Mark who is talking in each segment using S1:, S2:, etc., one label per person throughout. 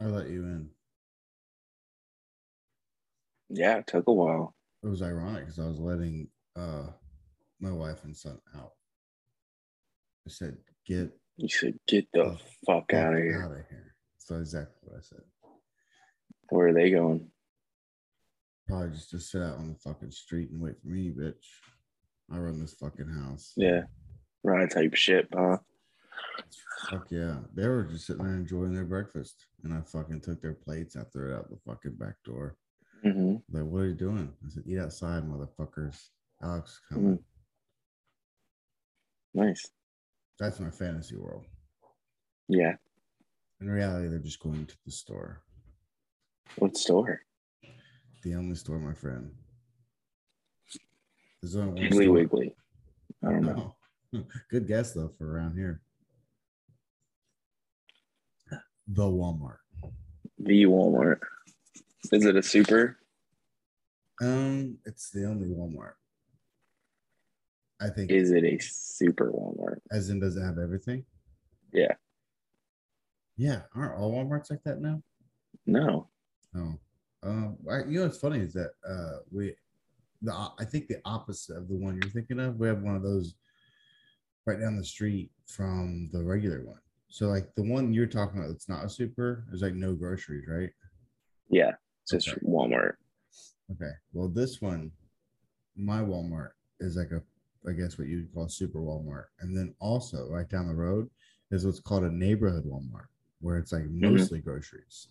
S1: I let you in.
S2: Yeah, it took a while.
S1: It was ironic because I was letting uh my wife and son out. I said, "Get
S2: You said, get the
S1: Oh,
S2: fuck out of here.
S1: Out of here. So exactly what I said.
S2: Where are they going?
S1: Probably just to sit out on the fucking street and wait for me, bitch. I run this fucking house.
S2: Yeah. Ride type shit, huh?
S1: Fuck yeah. They were just sitting there enjoying their breakfast. And I fucking took their plates out there out the fucking back door.
S2: hmm
S1: Like, what are you doing? I said, eat outside, motherfuckers. Alex is coming.
S2: Mhm. Nice.
S1: That's my fantasy world.
S2: Yeah.
S1: In reality, they're just going to the store.
S2: What store?
S1: The only store, my friend. There's only one
S2: Piggly
S1: store.
S2: Wiggly. I don't know.
S1: No. Good guess though for around here. The Walmart.
S2: The Walmart. Is it a super?
S1: Um, it's the only Walmart. I think
S2: Is it a super Walmart?
S1: as in does it have everything?
S2: Yeah.
S1: Yeah. Aren't all Walmarts like that now?
S2: No.
S1: No. Um, I, you know what's funny is that uh we the o- I think the opposite of the one you're thinking of, we have one of those right down the street from the regular one. So like the one you're talking about that's not a super is like no groceries, right?
S2: Yeah. It's just
S1: Okay.
S2: Walmart.
S1: Okay. Well, this one, my Walmart is like a, I guess what you'd call super Walmart. And then also right down the road is what's called a neighborhood Walmart, where it's like mostly groceries.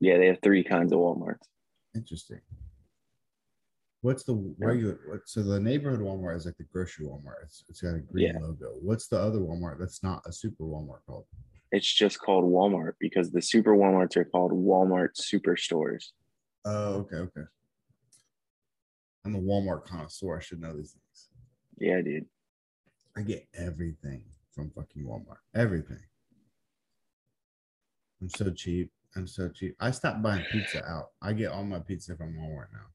S2: Yeah, they have three kinds of Walmarts.
S1: Interesting. What's the
S2: Yeah.
S1: regular? What, so the neighborhood Walmart is like the grocery Walmart. It's, it's got a green
S2: Yeah.
S1: logo. What's the other Walmart that's not a super Walmart called?
S2: It's just called Walmart because the super Walmarts are called Walmart superstores.
S1: Oh, okay, okay. I'm a Walmart connoisseur. I should know these things.
S2: Yeah, dude.
S1: I get everything from fucking Walmart. Everything. I'm so cheap. I'm so cheap. I stopped buying pizza out. I get all my pizza from Walmart now.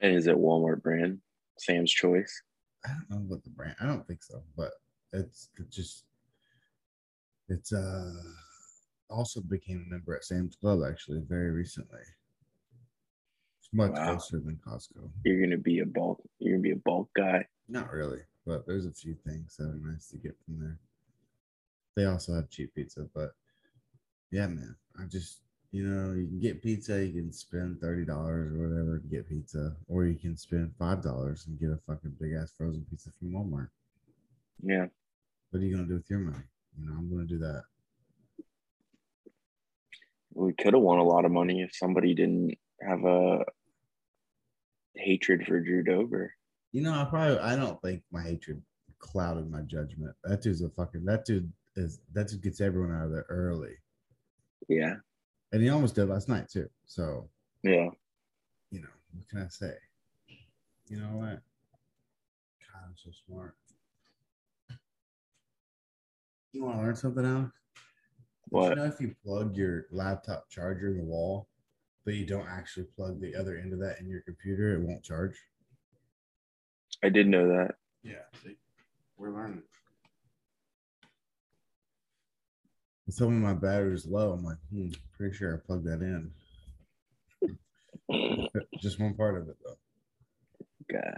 S2: And is it Walmart brand? Sam's Choice.
S1: I don't know what the brand. I don't think so, but it's it just it's uh also became a member at Sam's Club actually very recently. It's much
S2: Wow.
S1: closer than Costco.
S2: You're gonna be a bulk. You're gonna be a bulk guy.
S1: Not really, but there's a few things that are nice to get from there. They also have cheap pizza, but yeah, man, I just you know you can get pizza, you can spend thirty dollars or whatever to get pizza, or you can spend five dollars and get a fucking big ass frozen pizza from Walmart.
S2: Yeah.
S1: What are you gonna do with your money? You know, I'm gonna do that.
S2: We could have won a lot of money if somebody didn't have a hatred for Drew Dober.
S1: You know, I probably I don't think my hatred clouded my judgment. That dude's a fucking that dude is that dude gets everyone out of there early,
S2: Yeah.
S1: and he almost did last night too. So
S2: Yeah.
S1: you know, what can I say? You know what? God, I'm so smart. You want to learn something, Alex? Did You
S2: What?
S1: know, if you plug your laptop charger in the wall, but you don't actually plug the other end of that in your computer, it won't charge.
S2: I did know that.
S1: Yeah, see, we're learning. When told me my battery's low. I'm like, hmm, pretty sure I plugged that in. Just one part of it, though.
S2: God.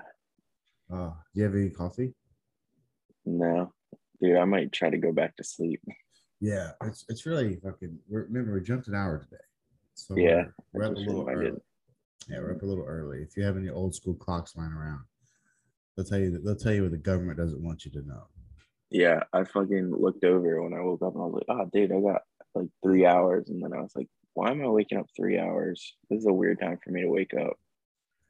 S1: Uh, do you have any coffee?
S2: No. Dude, I might try to go back to sleep.
S1: Yeah, it's it's really fucking. we're- Remember, we jumped an hour today, so
S2: Yeah,
S1: we're, we're
S2: I
S1: up a
S2: just
S1: little
S2: reminded.
S1: early. Yeah, we're up a little early. If you have any old school clocks lying around, they'll tell you that they'll tell you what the government doesn't want you to know.
S2: Yeah, I fucking looked over when I woke up and I was like, oh, dude, I got like three hours. And then I was like, why am I waking up three hours? This is a weird time for me to wake up.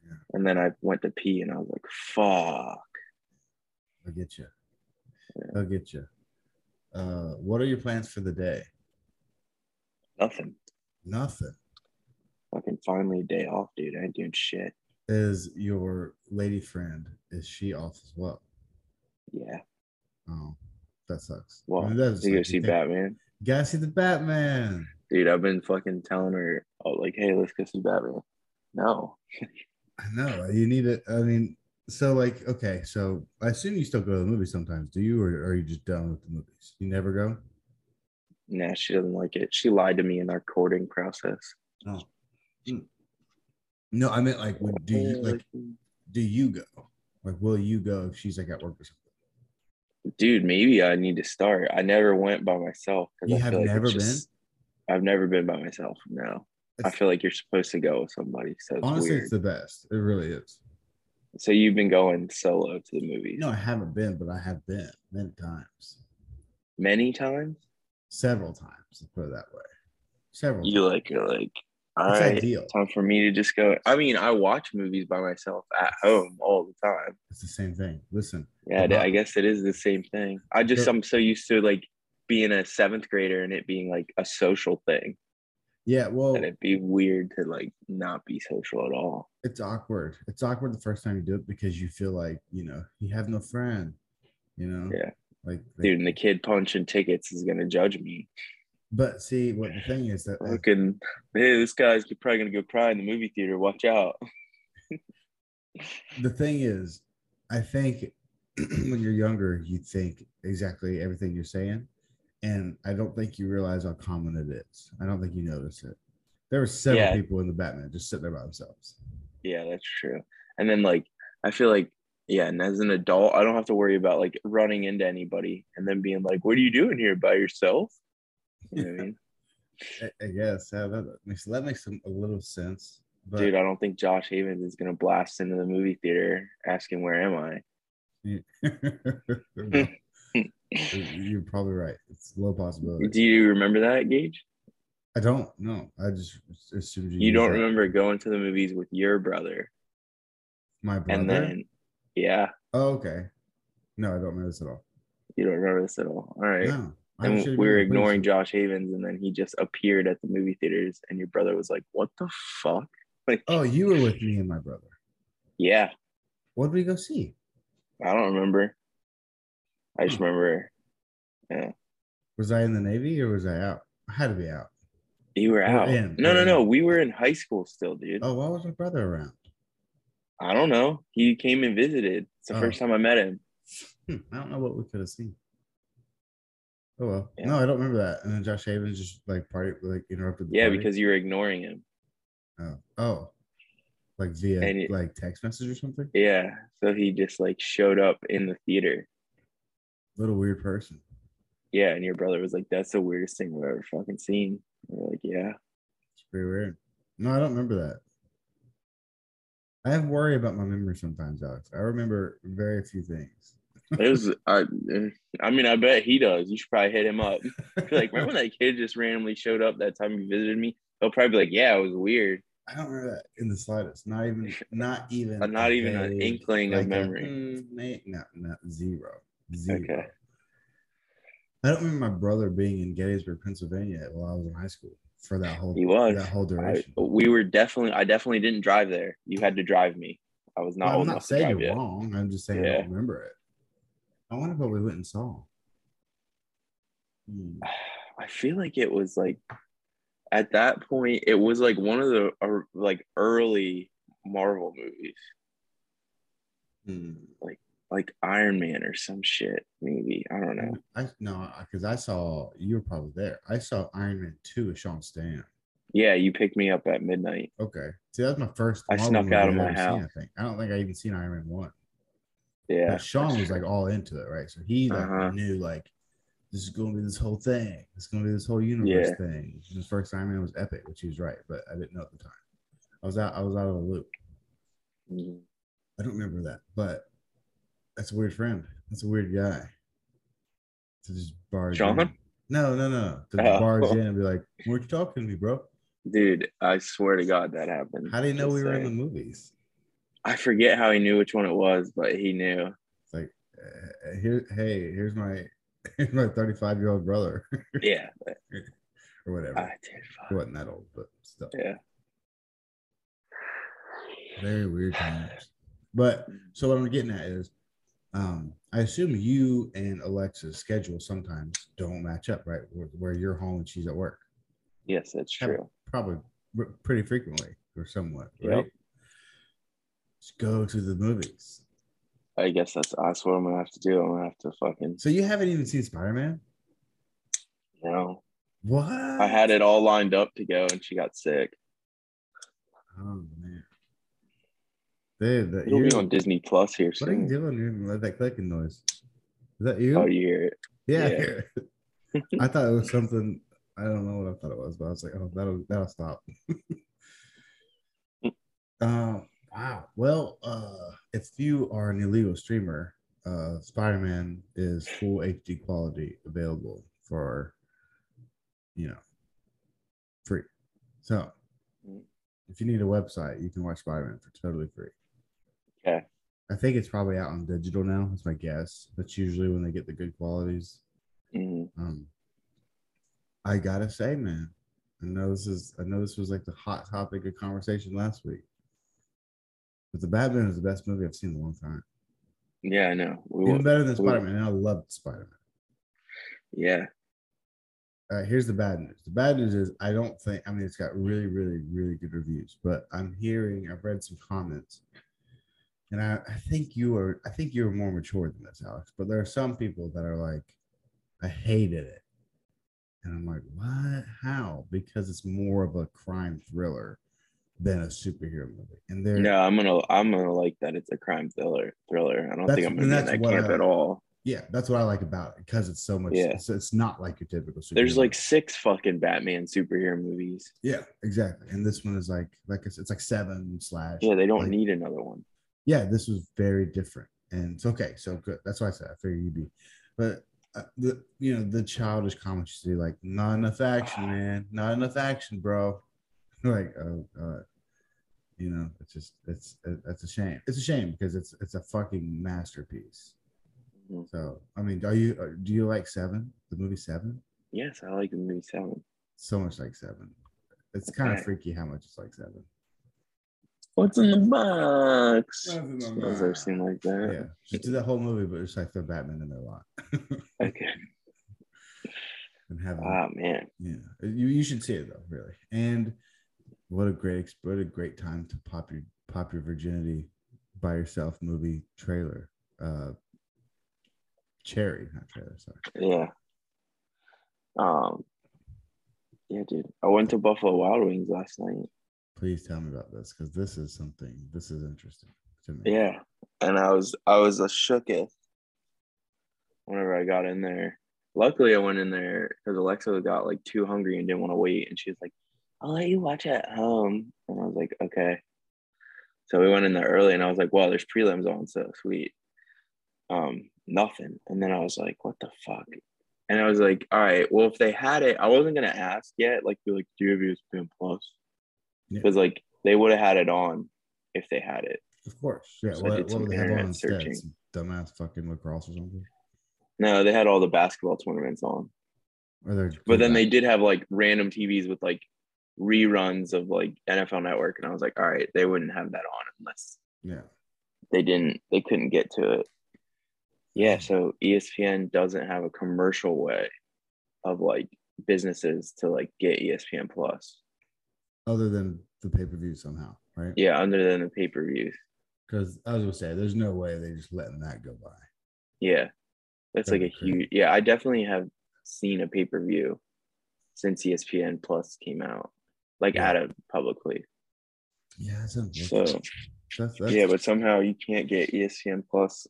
S1: Yeah.
S2: And then I went to pee and I was like, fuck.
S1: They'll get you. They'll get you. Uh, what are your plans for the day?
S2: Nothing.
S1: Nothing.
S2: Fucking finally a day off, dude. I ain't doing shit.
S1: Is your lady friend? Is she off as well?
S2: Yeah.
S1: Oh, that sucks.
S2: Well,
S1: I mean, that is
S2: You go
S1: like-
S2: see
S1: think-
S2: Batman?
S1: Gotta see the Batman.
S2: Dude, I've been fucking telling her, oh, like, hey, let's go see Batman. No.
S1: I know you need it. I mean, so like, okay, so I assume you still go to the movies sometimes, do you, or are you just done with the movies? You never go.
S2: Nah, she doesn't like it. She lied to me in our courting process.
S1: No, I meant like, would do you
S2: Yeah,
S1: like? Do you go? Like, will you go if she's like at work or something?
S2: dude, maybe I need to start. I never went by myself. 'cause
S1: You
S2: I
S1: have
S2: feel it's
S1: never been?
S2: I've never been by myself. No, I
S1: It's-
S2: feel like you're supposed to go with somebody. So it's
S1: Honestly,
S2: weird.
S1: it's the best. It really is.
S2: so you've been going solo to the movies
S1: No, I haven't been, but I have been many times,
S2: many times.
S1: several times. Let's put it that way. Several.
S2: You
S1: times.
S2: like, you're like, all
S1: it's
S2: right,
S1: ideal.
S2: time for me to just go. I mean, I watch movies by myself at home all the time. Uh-huh.
S1: It's the same thing. Listen,
S2: Yeah,
S1: But-
S2: I guess it is the same thing. I just
S1: But-
S2: I'm so used to like being a seventh grader and it being like a social thing,
S1: yeah. Well,
S2: and it'd be weird to like not be social at all.
S1: it's awkward. It's awkward the first time you do it because you feel like you know you have no friend. You know.
S2: Yeah.
S1: Like, like-
S2: Dude, and the kid punching tickets is gonna judge me.
S1: but see, what the thing is that like,
S2: Looking, hey, this guy's probably gonna go cry in the movie theater. Watch out.
S1: uh, the thing is, I think when you're younger, you think exactly everything you're saying, and I don't think you realize how common it is. I don't think you notice it. There were several
S2: Yeah.
S1: people in the Batman just sitting there by themselves.
S2: Yeah, that's true. And then like I feel like yeah, and as an adult, I don't have to worry about like running into anybody and then being like, "What are you doing here by yourself?" You know what I mean?
S1: I, I guess yeah, that makes that makes some, a little sense. But
S2: Dude, I don't think Josh Havens is gonna blast into the movie theater asking where am I.
S1: you're probably right. It's low possibility.
S2: Do you remember that, Gage?
S1: I don't know. I just assumed
S2: You don't
S1: said
S2: remember going to the movies with your brother,
S1: my brother.
S2: and then yeah,
S1: oh, okay. No, I don't remember this at all.
S2: you don't remember this at all. All right.
S1: No, I
S2: And
S1: should've
S2: we were
S1: been
S2: ignoring
S1: pretty
S2: Josh Havens, and then he just appeared at the movie theaters, and your brother was like, "What the fuck?" Like,
S1: sure. Oh, you were with me and my brother.
S2: yeah,
S1: What did we go see?
S2: I don't remember. I just
S1: Hmm.
S2: remember
S1: Was I in the Navy or was I out? I had to be out.
S2: you were
S1: We're
S2: out.
S1: in,
S2: No,
S1: we're
S2: no, no.
S1: in.
S2: We were in high school still, dude.
S1: Oh, why was my brother around?
S2: I don't know. He came and visited. It's the
S1: Oh.
S2: first time I met him.
S1: Hmm, I don't know what we could have seen. Oh well,
S2: Yeah.
S1: no, I don't remember that. And then Josh Havens just like party, like interrupted. The
S2: Yeah,
S1: party.
S2: because you were ignoring him.
S1: Oh, oh. like via
S2: And it-
S1: like text message or something.
S2: Yeah. So he just like showed up in the theater.
S1: Little weird person.
S2: Yeah. And your brother was like, that's the weirdest thing we've ever fucking seen. And we're like, yeah.
S1: It's pretty weird. No, I don't remember that. I have worry about my memory sometimes, Alex. I remember very few things.
S2: It was, I, I mean, I bet he does. You should probably hit him up. like, remember when that kid just randomly showed up that time you visited me? He'll probably be like, yeah, it was weird.
S1: I don't remember that in the slightest. Not even, not even,
S2: But not even an
S1: vague,
S2: inkling of
S1: a,
S2: memory.
S1: "Hmm, may- no, no, zero, zero.
S2: Okay.
S1: I don't remember my brother being in Gettysburg, Pennsylvania, while I was in high school for that whole
S2: He was.
S1: that whole
S2: I,
S1: duration.
S2: we were definitely I definitely didn't drive there. You had to drive me. I was not
S1: Well,
S2: old
S1: I'm not
S2: enough to
S1: saying
S2: drive
S1: you're
S2: yet.
S1: wrong. I'm just saying I
S2: Yeah.
S1: don't remember it. I wonder what we went and saw. Hmm.
S2: I feel like it was like at that point it was like one of the uh, like early Marvel movies,
S1: Hmm.
S2: like Iron Man or some shit. Maybe I don't know.
S1: I no, because I saw you were probably there. I saw Iron Man two with Sean Stan.
S2: Yeah, you picked me up at midnight.
S1: Okay, see that's my first.
S2: I
S1: Marvel
S2: snuck
S1: movie
S2: out of
S1: I've
S2: my
S1: ever seen,
S2: house.
S1: I think I don't think I even seen Iron Man one.
S2: Yeah,
S1: but Sean
S2: that's
S1: was
S2: true.
S1: like all into it, right? So he like
S2: Uh-huh.
S1: knew like this is gonna be this whole thing. It's gonna be this whole universe
S2: Yeah.
S1: thing. His first Iron Man was epic, which he was right, but I didn't know at the time. I was out. I was out of the loop.
S2: Mhm.
S1: I don't remember that, but that's a weird friend. That's a weird guy. To just barge.
S2: Sean?
S1: in. No, no, no. To
S2: Oh.
S1: barge in and be like, "What you talking to me, bro?
S2: dude. I swear to God that happened.
S1: How do you know
S2: Just
S1: we were in the
S2: saying.
S1: movies?"
S2: I forget how he knew which one it was, but he knew.
S1: It's like, uh, here, hey, here's my, here's my 35 year old brother
S2: Yeah, but
S1: or whatever.
S2: I did.
S1: He
S2: Fuck.
S1: wasn't that old, but still.
S2: Yeah.
S1: Very weird times. But so what I'm getting at is, um, I assume you and Alexa's schedule sometimes don't match up, right? Where, where you're home and she's at work,
S2: Yes, that's
S1: Have-
S2: true.
S1: probably r- pretty frequently or somewhat,
S2: Yep.
S1: right? Just go to the movies.
S2: I guess that's that's what I'm gonna have to do. I'm gonna have to fucking
S1: So you haven't even seen Spider Man?
S2: you know.
S1: What?
S2: I had it all lined up to go, and she got sick.
S1: Oh man. Dude, that
S2: It'll
S1: ear-
S2: be on Disney Plus here
S1: What are you
S2: soon.
S1: doing? You're gonna let that clicking noise. Is that you?
S2: Oh, you hear it?
S1: yeah. I
S2: yeah.
S1: hear it. I thought it was something. I don't know what I thought it was, but I was like, oh, that'll that'll stop. uh, wow. Well, uh, if you are an illegal streamer, uh, Spider Man is full HD quality available for, you know, free. So, if you need a website, you can watch Spider Man for totally free.
S2: Okay.
S1: I think it's probably out on digital now. That's my guess. That's usually when they get the good qualities.
S2: Mhm.
S1: Um, I gotta say, man, I know this is I know this was like the hot topic of conversation last week, but the Batman is the best movie I've seen in a long time.
S2: Yeah, I know. We
S1: Even
S2: won't-
S1: better than
S2: we won't-
S1: Spider Man. I loved Spider Man.
S2: Yeah.
S1: All right, Uh, here's the bad news. The bad news is I don't think I mean it's got really, really, really good reviews, but I'm hearing I've read some comments, and I, I think you are I think you're more mature than this, Alex. But there are some people that are like, I hated it, and I'm like, what? How? Because it's more of a crime thriller than a superhero movie, and there,
S2: No, I'm gonna I'm gonna like that. It's a crime thriller. Thriller. I don't
S1: That's-
S2: think I'm gonna be in
S1: that's
S2: that
S1: what
S2: camp
S1: I-
S2: at all.
S1: yeah, that's what I like about it because it's so much.
S2: Yeah.
S1: It's, it's not like your typical. Superhero
S2: There's like
S1: movie.
S2: six fucking Batman superhero movies.
S1: yeah, exactly, and this one is like like I said, it's like seven slash
S2: Yeah, they don't
S1: like-
S2: need another one.
S1: yeah, this was very different. And it's okay. So good. That's why I said I figured you'd be. But uh, the you know the childish comments you see like not enough action, man, not enough action, bro. like oh god, you know it's just it's it- it's a shame. It's a shame because it's it's a fucking masterpiece.
S2: Mhm.
S1: So I mean, are you are- do you like Seven? The movie Seven?
S2: Yes, I like the movie seven.
S1: So much like Seven. It's kind
S2: Okay.
S1: of freaky how much it's like Seven.
S2: What's in the box?
S1: What's in the
S2: Does there
S1: box?
S2: seem like that?
S1: Yeah, just do that whole movie, but it's like the Batman in there a lot.
S2: Okay.
S1: and have him-
S2: Ah man.
S1: Yeah, uh, you, you should see it though, really. And what a great ex- what a great time to pop your pop your virginity by yourself movie trailer. Uh, cherry, not trailer. Sorry.
S2: Yeah. Um yeah, dude. I went to Buffalo Wild Wings last night.
S1: Please tell me about this because this is something. This is interesting to me.
S2: Yeah, and I was I was a shooketh whenever I got in there. Luckily, I went in there because Alexa got like too hungry and didn't want to wait, and she was like, "I'll let you watch at home," and I was like, "Okay." So we went in there early, and I was like, "Wow, there's prelims on, so sweet." Um, nothing, and then I was like, "What the fuck?" And I was like, "All right, well, if they had it, I wasn't gonna ask yet. Like, be like, do you have ESPN Plus?"
S1: Yeah.
S2: Because like they would have had it on if they had it.
S1: of course. Yeah,
S2: So I
S1: what,
S2: did
S1: what
S2: some
S1: would they have on
S2: internet
S1: instead?
S2: searching.
S1: Some dumbass fucking lacrosse or something.
S2: No, they had all the basketball tournaments on.
S1: Or they're
S2: But then they did have like random TVs with like reruns of like NFL Network. And I was like, all right, they wouldn't have that on unless
S1: yeah.
S2: they didn't, they couldn't get to it. Yeah. So E ESPN doesn't have a commercial way of like businesses to like get E ESPN Plus.
S1: Other than the pay per view somehow, right?
S2: Yeah. Other than the pay per views.
S1: Because I was gonna say, there's no way they just letting that go by.
S2: Yeah. That's like a
S1: That'd be great.
S2: huge, yeah. I definitely have seen a pay per view since E ESPN Plus came out, like
S1: Yeah.
S2: out of publicly.
S1: Yeah, that's unfortunate.
S2: So.
S1: that's, that's
S2: yeah, but somehow you can't get E ESPN Plus.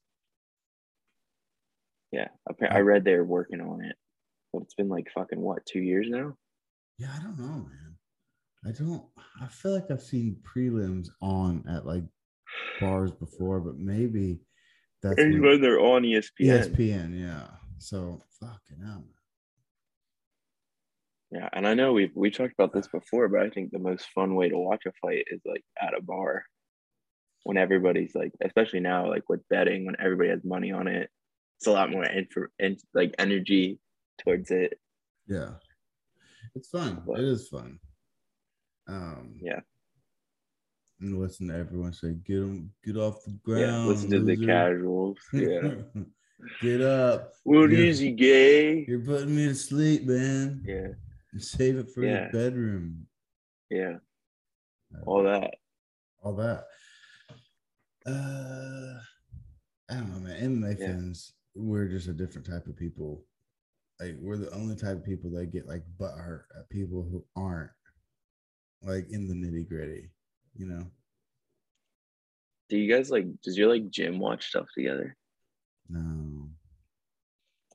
S2: Yeah, appa- I read they're working on it, but it's been like fucking what two years now.
S1: Yeah, I don't know, man. I don't. I feel like I've seen prelims on at like bars before, but maybe that's E
S2: And
S1: when
S2: when they're on E ESPN,
S1: ESPN. Yeah. So fucking hell, man.
S2: yeah. And I know we we talked about this before, but I think the most fun way to watch a fight is like at a bar, when everybody's like, especially now, like with betting, when everybody has money on it, it's a lot more infor- in, like energy towards it.
S1: Yeah, it's fun.
S2: But-
S1: it is fun. Um.
S2: Yeah.
S1: And listen to everyone say, "Get 'em- get off the ground."
S2: Yeah, listen to the
S1: loser."
S2: casuals. Yeah,
S1: get up.
S2: Will
S1: Yeah.
S2: Easy Gay.
S1: You're putting me to sleep, man.
S2: Yeah.
S1: Save it for
S2: Yeah.
S1: the bedroom.
S2: Yeah, all that.
S1: all that. Uh, I don't know, man. MMA
S2: Yeah.
S1: fans, we're just a different type of people. like we're the only type of people that get like butt hurt at people who aren't like in the nitty gritty, you know.
S2: Do you guys like? Does your like gym watch stuff together?
S1: No.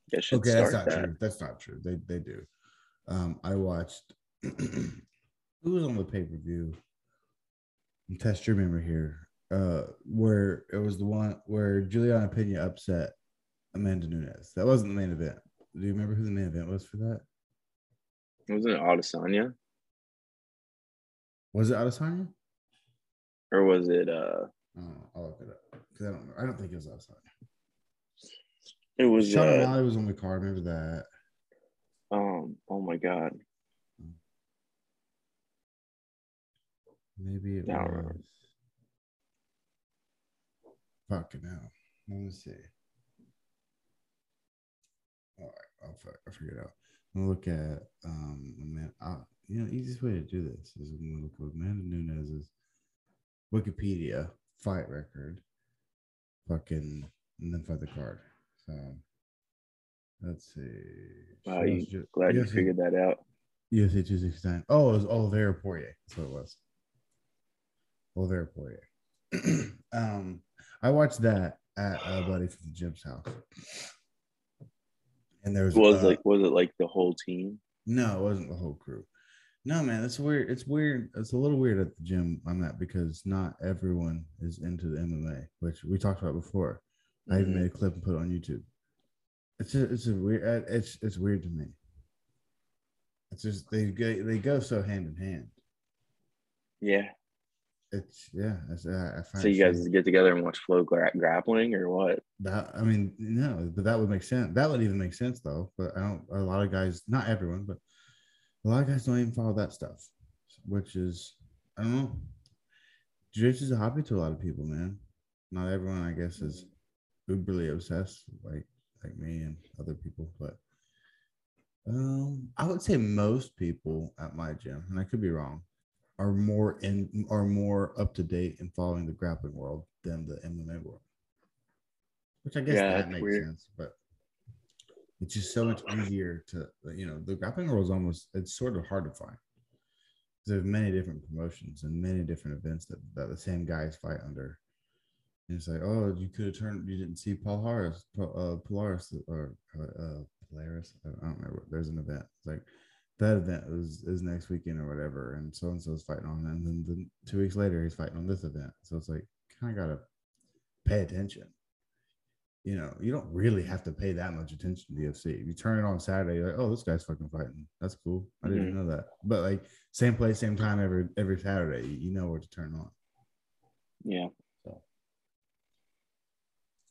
S2: You guys should
S1: Okay,
S2: start
S1: that's not
S2: that.
S1: true. That's not true. They they do. Um, I watched who was on the pay per view. Test your memory here. Uh, where it was the one where Juliana Pena upset Amanda Nunes. That wasn't the main event. Do you remember who the main event was for that?
S2: Wasn't it Adesanya
S1: Was it Adesanya?
S2: or was it? uh
S1: Oh, I'll look it up because I don't. I don't think it was Adesanya.
S2: It was.
S1: Sean
S2: Uh,
S1: O'Malley was on the card. Remember that?
S2: um. Oh my god.
S1: Maybe it
S2: I don't
S1: was.
S2: remember.
S1: Fucking hell. Let me see. All right, I'll, fi- I'll figure it out. I'm gonna look at um, man. you know, easiest way to do this is I'm gonna look up Amanda Nunes's Wikipedia fight record, fucking, and then fight the card. So let's see.
S2: Wow,
S1: She
S2: you-
S1: was ju-
S2: Glad you
S1: UFC
S2: figured that out.
S1: UFC 269. Oh, it was Oliveira Poirier. That's what it was. Oliveira Poirier. um, I watched that at a buddy from the gym's house. And there was,
S2: Was
S1: uh,
S2: like was it like the whole team?
S1: no, it wasn't the whole crew. No, man, it's weird. It's weird. It's a little weird at the gym I'm at because not everyone is into the MMA, which we talked about before. I
S2: Mm-hmm.
S1: even made a clip and put it on YouTube. It's a, it's a weird uh, it's it's weird to me. It's just they go they go so hand in hand.
S2: Yeah.
S1: It's yeah. It's, I, I find
S2: So you guys
S1: strange.
S2: get together and watch flow gra- grappling or what?
S1: that I mean no, but that would make sense. That would even make sense though. But I don't. A lot of guys, not everyone, but a lot of guys don't even follow that stuff, which is I don't know. jiu is a hobby to a lot of people, man. Not everyone, I guess, is uberly obsessed like like me and other people, but um, I would say most people at my gym, and I could be wrong, are more in are more up to date and following the grappling world than the MMA world. Which I guess
S2: Yeah,
S1: that
S2: it's
S1: makes
S2: weird.
S1: sense, but it's just so much easier to you know the grappling world is almost it's sort of hard to find. 'Cause There's many different promotions and many different events that, that the same guys fight under. And it's like, oh, you could have turned, you didn't see Paul Harris, Pa- uh, Polaris, or uh, uh, Polaris. I don't- I don't remember. There's an event. It's like that event is is next weekend or whatever, and so and so is fighting on, that. and then the, two weeks later he's fighting on this event. So it's like kind of gotta pay attention. You know, you don't really have to pay that much attention to UFC. You turn it on Saturday, you're like, oh, this guy's fucking fighting. That's cool. I
S2: Mm-hmm.
S1: didn't know that. But like same place, same time every every Saturday, you- you know where to turn on.
S2: Yeah.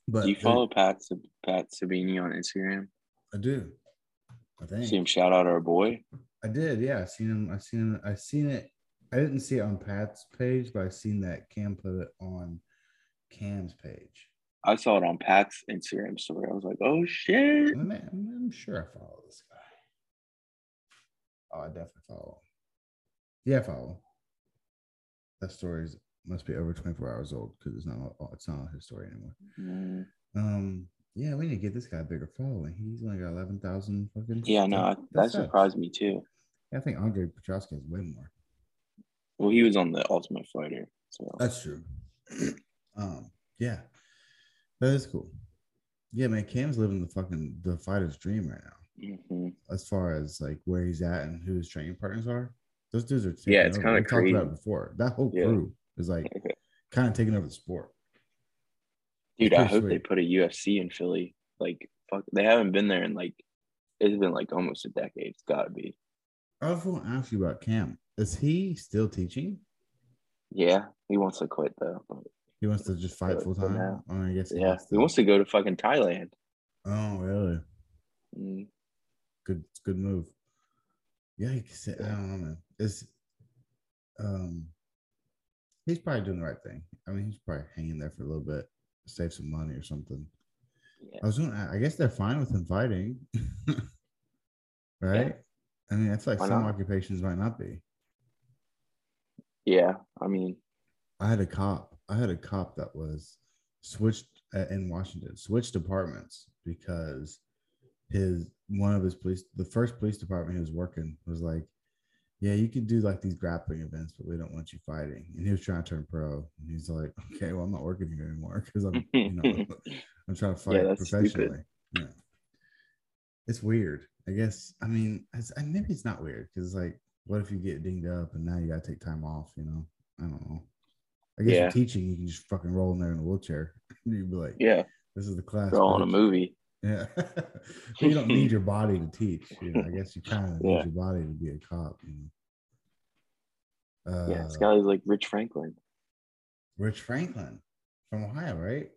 S1: But
S2: Do you follow Pat Sab- Pat Sabini on Instagram?
S1: I do. I think.
S2: See him shout out our boy.
S1: I did, yeah. I seen him. I seen him. I seen it. I didn't see it on Pat's page, but I seen that Cam put it on Cam's page.
S2: I saw it on Pat's Instagram story. I was like, oh shit.
S1: I'm, I'm- I'm sure I follow this guy. Oh, I definitely follow him. Yeah, I follow him. That story is, must be over 24 hours old because it's not. on- It's not on his story anymore.
S2: Mm,
S1: Um. Yeah, we need to get this guy a bigger following. He's only got 11,000 fucking.
S2: Yeah, no, I- that
S1: sucks.
S2: surprised me too.
S1: I think Andre Petrowski has way more.
S2: Well, he was on the Ultimate Fighter. So
S1: That's true. um, yeah, that is cool. Yeah, man, Cam's living the fucking the fighter's dream right now,
S2: Mhm.
S1: as far as like where he's at and who his training partners are. Those dudes are
S2: Yeah,
S1: taking
S2: it's
S1: over.
S2: kinda
S1: We talked about
S2: crazy.
S1: it before. That whole
S2: Yeah.
S1: crew is like kind of taking over the sport.
S2: dude, I
S1: pretty
S2: hope they
S1: sweet.
S2: put a UFC in Philly. Like, fuck, they haven't been there in like it's been like almost a decade. It's gotta be.
S1: I was going to ask you about Cam. Is he still teaching?
S2: Yeah, he wants to quit though. but-
S1: He wants to just fight
S2: Yeah,
S1: full
S2: for
S1: time. Oh,
S2: now.
S1: I, mean, I guess. he
S2: yeah,
S1: wants
S2: he
S1: to-
S2: wants to go to fucking Thailand.
S1: Oh, really?
S2: Mm.
S1: good good move. Yeah, I can say- I don't know, man. It's um he's probably doing the right thing. I mean, he's probably hanging there for a little bit, save some money or something.
S2: Yeah.
S1: I was gonna I guess they're fine with him fighting. right? I mean, I feel like
S2: Why
S1: some
S2: not?
S1: occupations might not be.
S2: Yeah, I mean,
S1: I had a cop. I had a cop that was switched uh, in Washington, switched departments because his one of his police, the first police department he was working was like, yeah, you could do like these grappling events, but we don't want you fighting. And he was trying to turn pro, and he's like, okay, well, I'm not working here anymore because I'm, you know, I'm trying to fight
S2: that's
S1: professionally.
S2: stupid.
S1: Yeah, it's weird. I guess. I mean, it's, and maybe it's not weird because like, what if you get dinged up and now you gotta take time off? You know, I don't know. I guess
S2: Yeah.
S1: you're teaching, you can just fucking roll in there in a wheelchair. You'd be like,
S2: Yeah,
S1: this is the class.
S2: they're all in a
S1: bitch.
S2: movie.
S1: Yeah. But you don't need your body to teach. You know, I guess you kind of
S2: Yeah.
S1: need your body to be a cop. You know? uh,
S2: yeah, Scotty's like Rich Franklin.
S1: Rich Franklin from Ohio, right?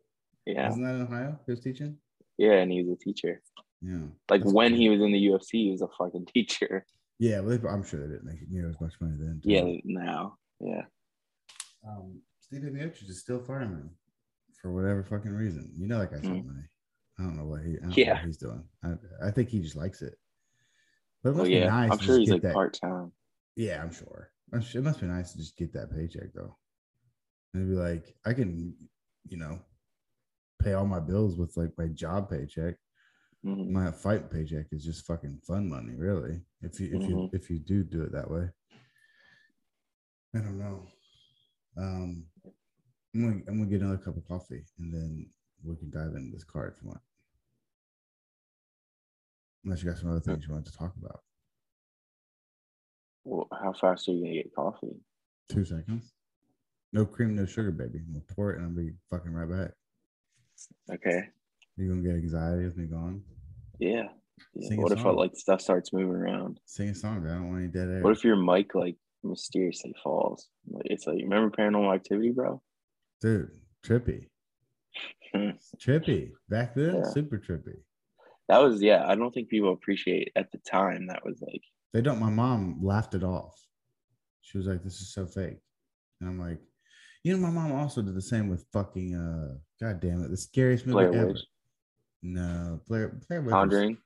S2: Yeah,
S1: Isn't that in Ohio? He was teaching?
S2: yeah, and he was a teacher.
S1: Yeah.
S2: Like
S1: That's
S2: when
S1: cool.
S2: he was in the UFC, he was a fucking teacher.
S1: Yeah, well, they, I'm sure they didn't make near as much money then. too.
S2: Yeah, now, yeah,
S1: Um, Stephen Miocic is still fireman for whatever fucking reason. You know, that guy's got money. I don't know what he. I don't know
S2: Hmm. Yeah.
S1: what he's doing. I, I think he just likes it. But it must
S2: well,
S1: be
S2: yeah.
S1: nice.
S2: I'm
S1: to
S2: sure
S1: just
S2: he's
S1: get
S2: like
S1: that-
S2: part time.
S1: Yeah, I'm sure. I'm sure- It must be nice to just get that paycheck though. And be like, I can, you know, pay all my bills with like my job paycheck.
S2: Mm-hmm.
S1: My fight paycheck is just fucking fun money, really. If you if you if you do do it that way. I don't know. Um, I'm gonna I'm gonna get another cup of coffee and then we can dive into this card if you want. Unless you got some other things you wanted to talk about.
S2: Well, how fast are you gonna get coffee?
S1: Two seconds. No cream, no sugar, baby. I'm gonna pour it and I'll be fucking right back.
S2: Okay,
S1: You gonna get anxiety with me gone?
S2: yeah. yeah.
S1: Sing a
S2: What if I,
S1: song.
S2: like stuff starts moving around?
S1: Sing a song, dude. I don't want any dead air.
S2: What if your mic like mysteriously falls? Like, It's like remember Paranormal Activity, bro?
S1: dude, trippy.
S2: Hmm.
S1: trippy. Back then,
S2: Yeah.
S1: super trippy.
S2: That was yeah. I don't think people appreciate at the time. That was like
S1: They don't my mom laughed it off. She was like, This is so fake. And I'm like, you know, my mom also did the same with fucking uh god damn it, the scariest movie
S2: Blair
S1: ever.
S2: Witch,
S1: No, Blair Blair Witch. was-
S2: Conjuring.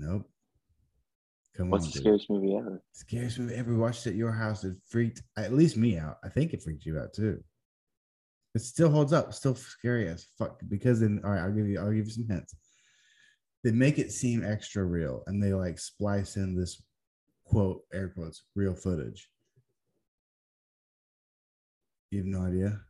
S1: Nope. Come
S2: What's
S1: on.
S2: the
S1: dude.
S2: scariest movie ever?
S1: Scariest movie ever watched at your house. It freaked at least me out. I think it freaked you out too. It still holds up. Still scary as fuck. Because then, all right, I'll give you. I'll give you some hints. They make it seem extra real, and they like splice in this quote air quotes real footage. You have no idea.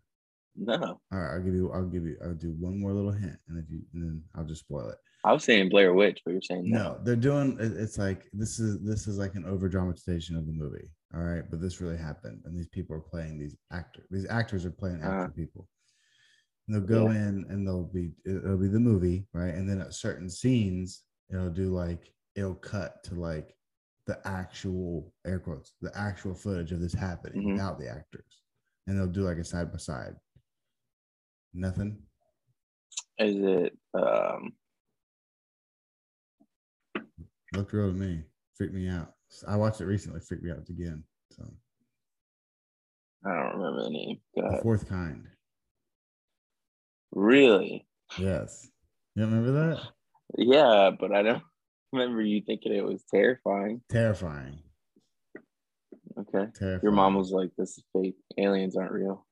S2: No,
S1: All right, I'll give you. I'll give you. I'll do one more little hint, and if you, and then I'll just spoil it.
S2: I was saying Blair Witch, but you're saying no.
S1: No, they're doing. it- It's like this is this is like an over dramatization of the movie. All right, but this really happened, and these people are playing these actors. These actors are playing actual
S2: Uh-huh.
S1: people. And they'll go in and they'll be it- it'll be the movie, right? And then at certain scenes, it'll do like it'll cut to like the actual air quotes, the actual footage of this happening
S2: Mhm.
S1: without the actors, and they'll do like a side by side. Nothing.
S2: Is it? Um,
S1: looked real to me. Freaked me out. I watched it recently. Freaked me out again. So
S2: I don't remember the name. God.
S1: the fourth kind.
S2: Really?
S1: Yes. You don't remember that?
S2: Yeah, but I don't remember you thinking it was terrifying.
S1: Terrifying.
S2: Okay.
S1: Terrifying.
S2: Your mom was like, "This is fake. Aliens aren't real."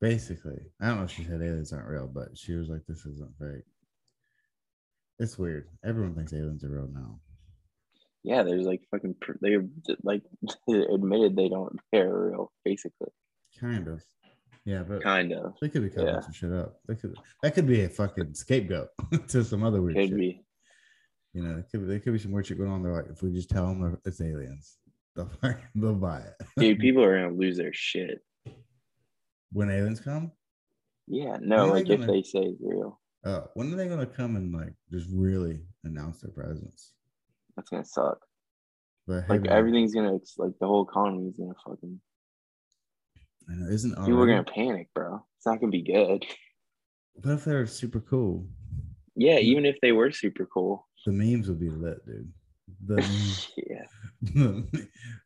S1: basically. I don't know if she said aliens aren't real, but she was like, "This isn't fake." It's weird. Everyone thinks aliens are real now.
S2: Yeah, there's like fucking. pr- They like admitted they don't. They're real, basically.
S1: Kind of. Yeah, but
S2: Kind of.
S1: they could be covering
S2: Yeah.
S1: some shit up. They could. That could be a fucking scapegoat to some other weird
S2: Could
S1: shit.
S2: be.
S1: You know, there could, be- there could be some weird shit going on. They're like, if we just tell them it's aliens, they'll, they'll buy it.
S2: Dude, people are gonna lose their shit.
S1: when aliens come,
S2: Yeah. No,
S1: Yeah,
S2: like
S1: they're
S2: if
S1: gonna-
S2: they say it's real,
S1: uh, when are they gonna come and like just really announce their presence?
S2: that's gonna suck.
S1: But hey,
S2: Like
S1: man,
S2: everything's gonna. ex- Like the whole economy's gonna fucking.
S1: I know, isn't
S2: People are
S1: already-
S2: gonna panic, bro. It's not gonna be good.
S1: What if they're super cool?
S2: Yeah, even if they were super cool.
S1: The memes would be lit, dude. The
S2: yeah.
S1: meme-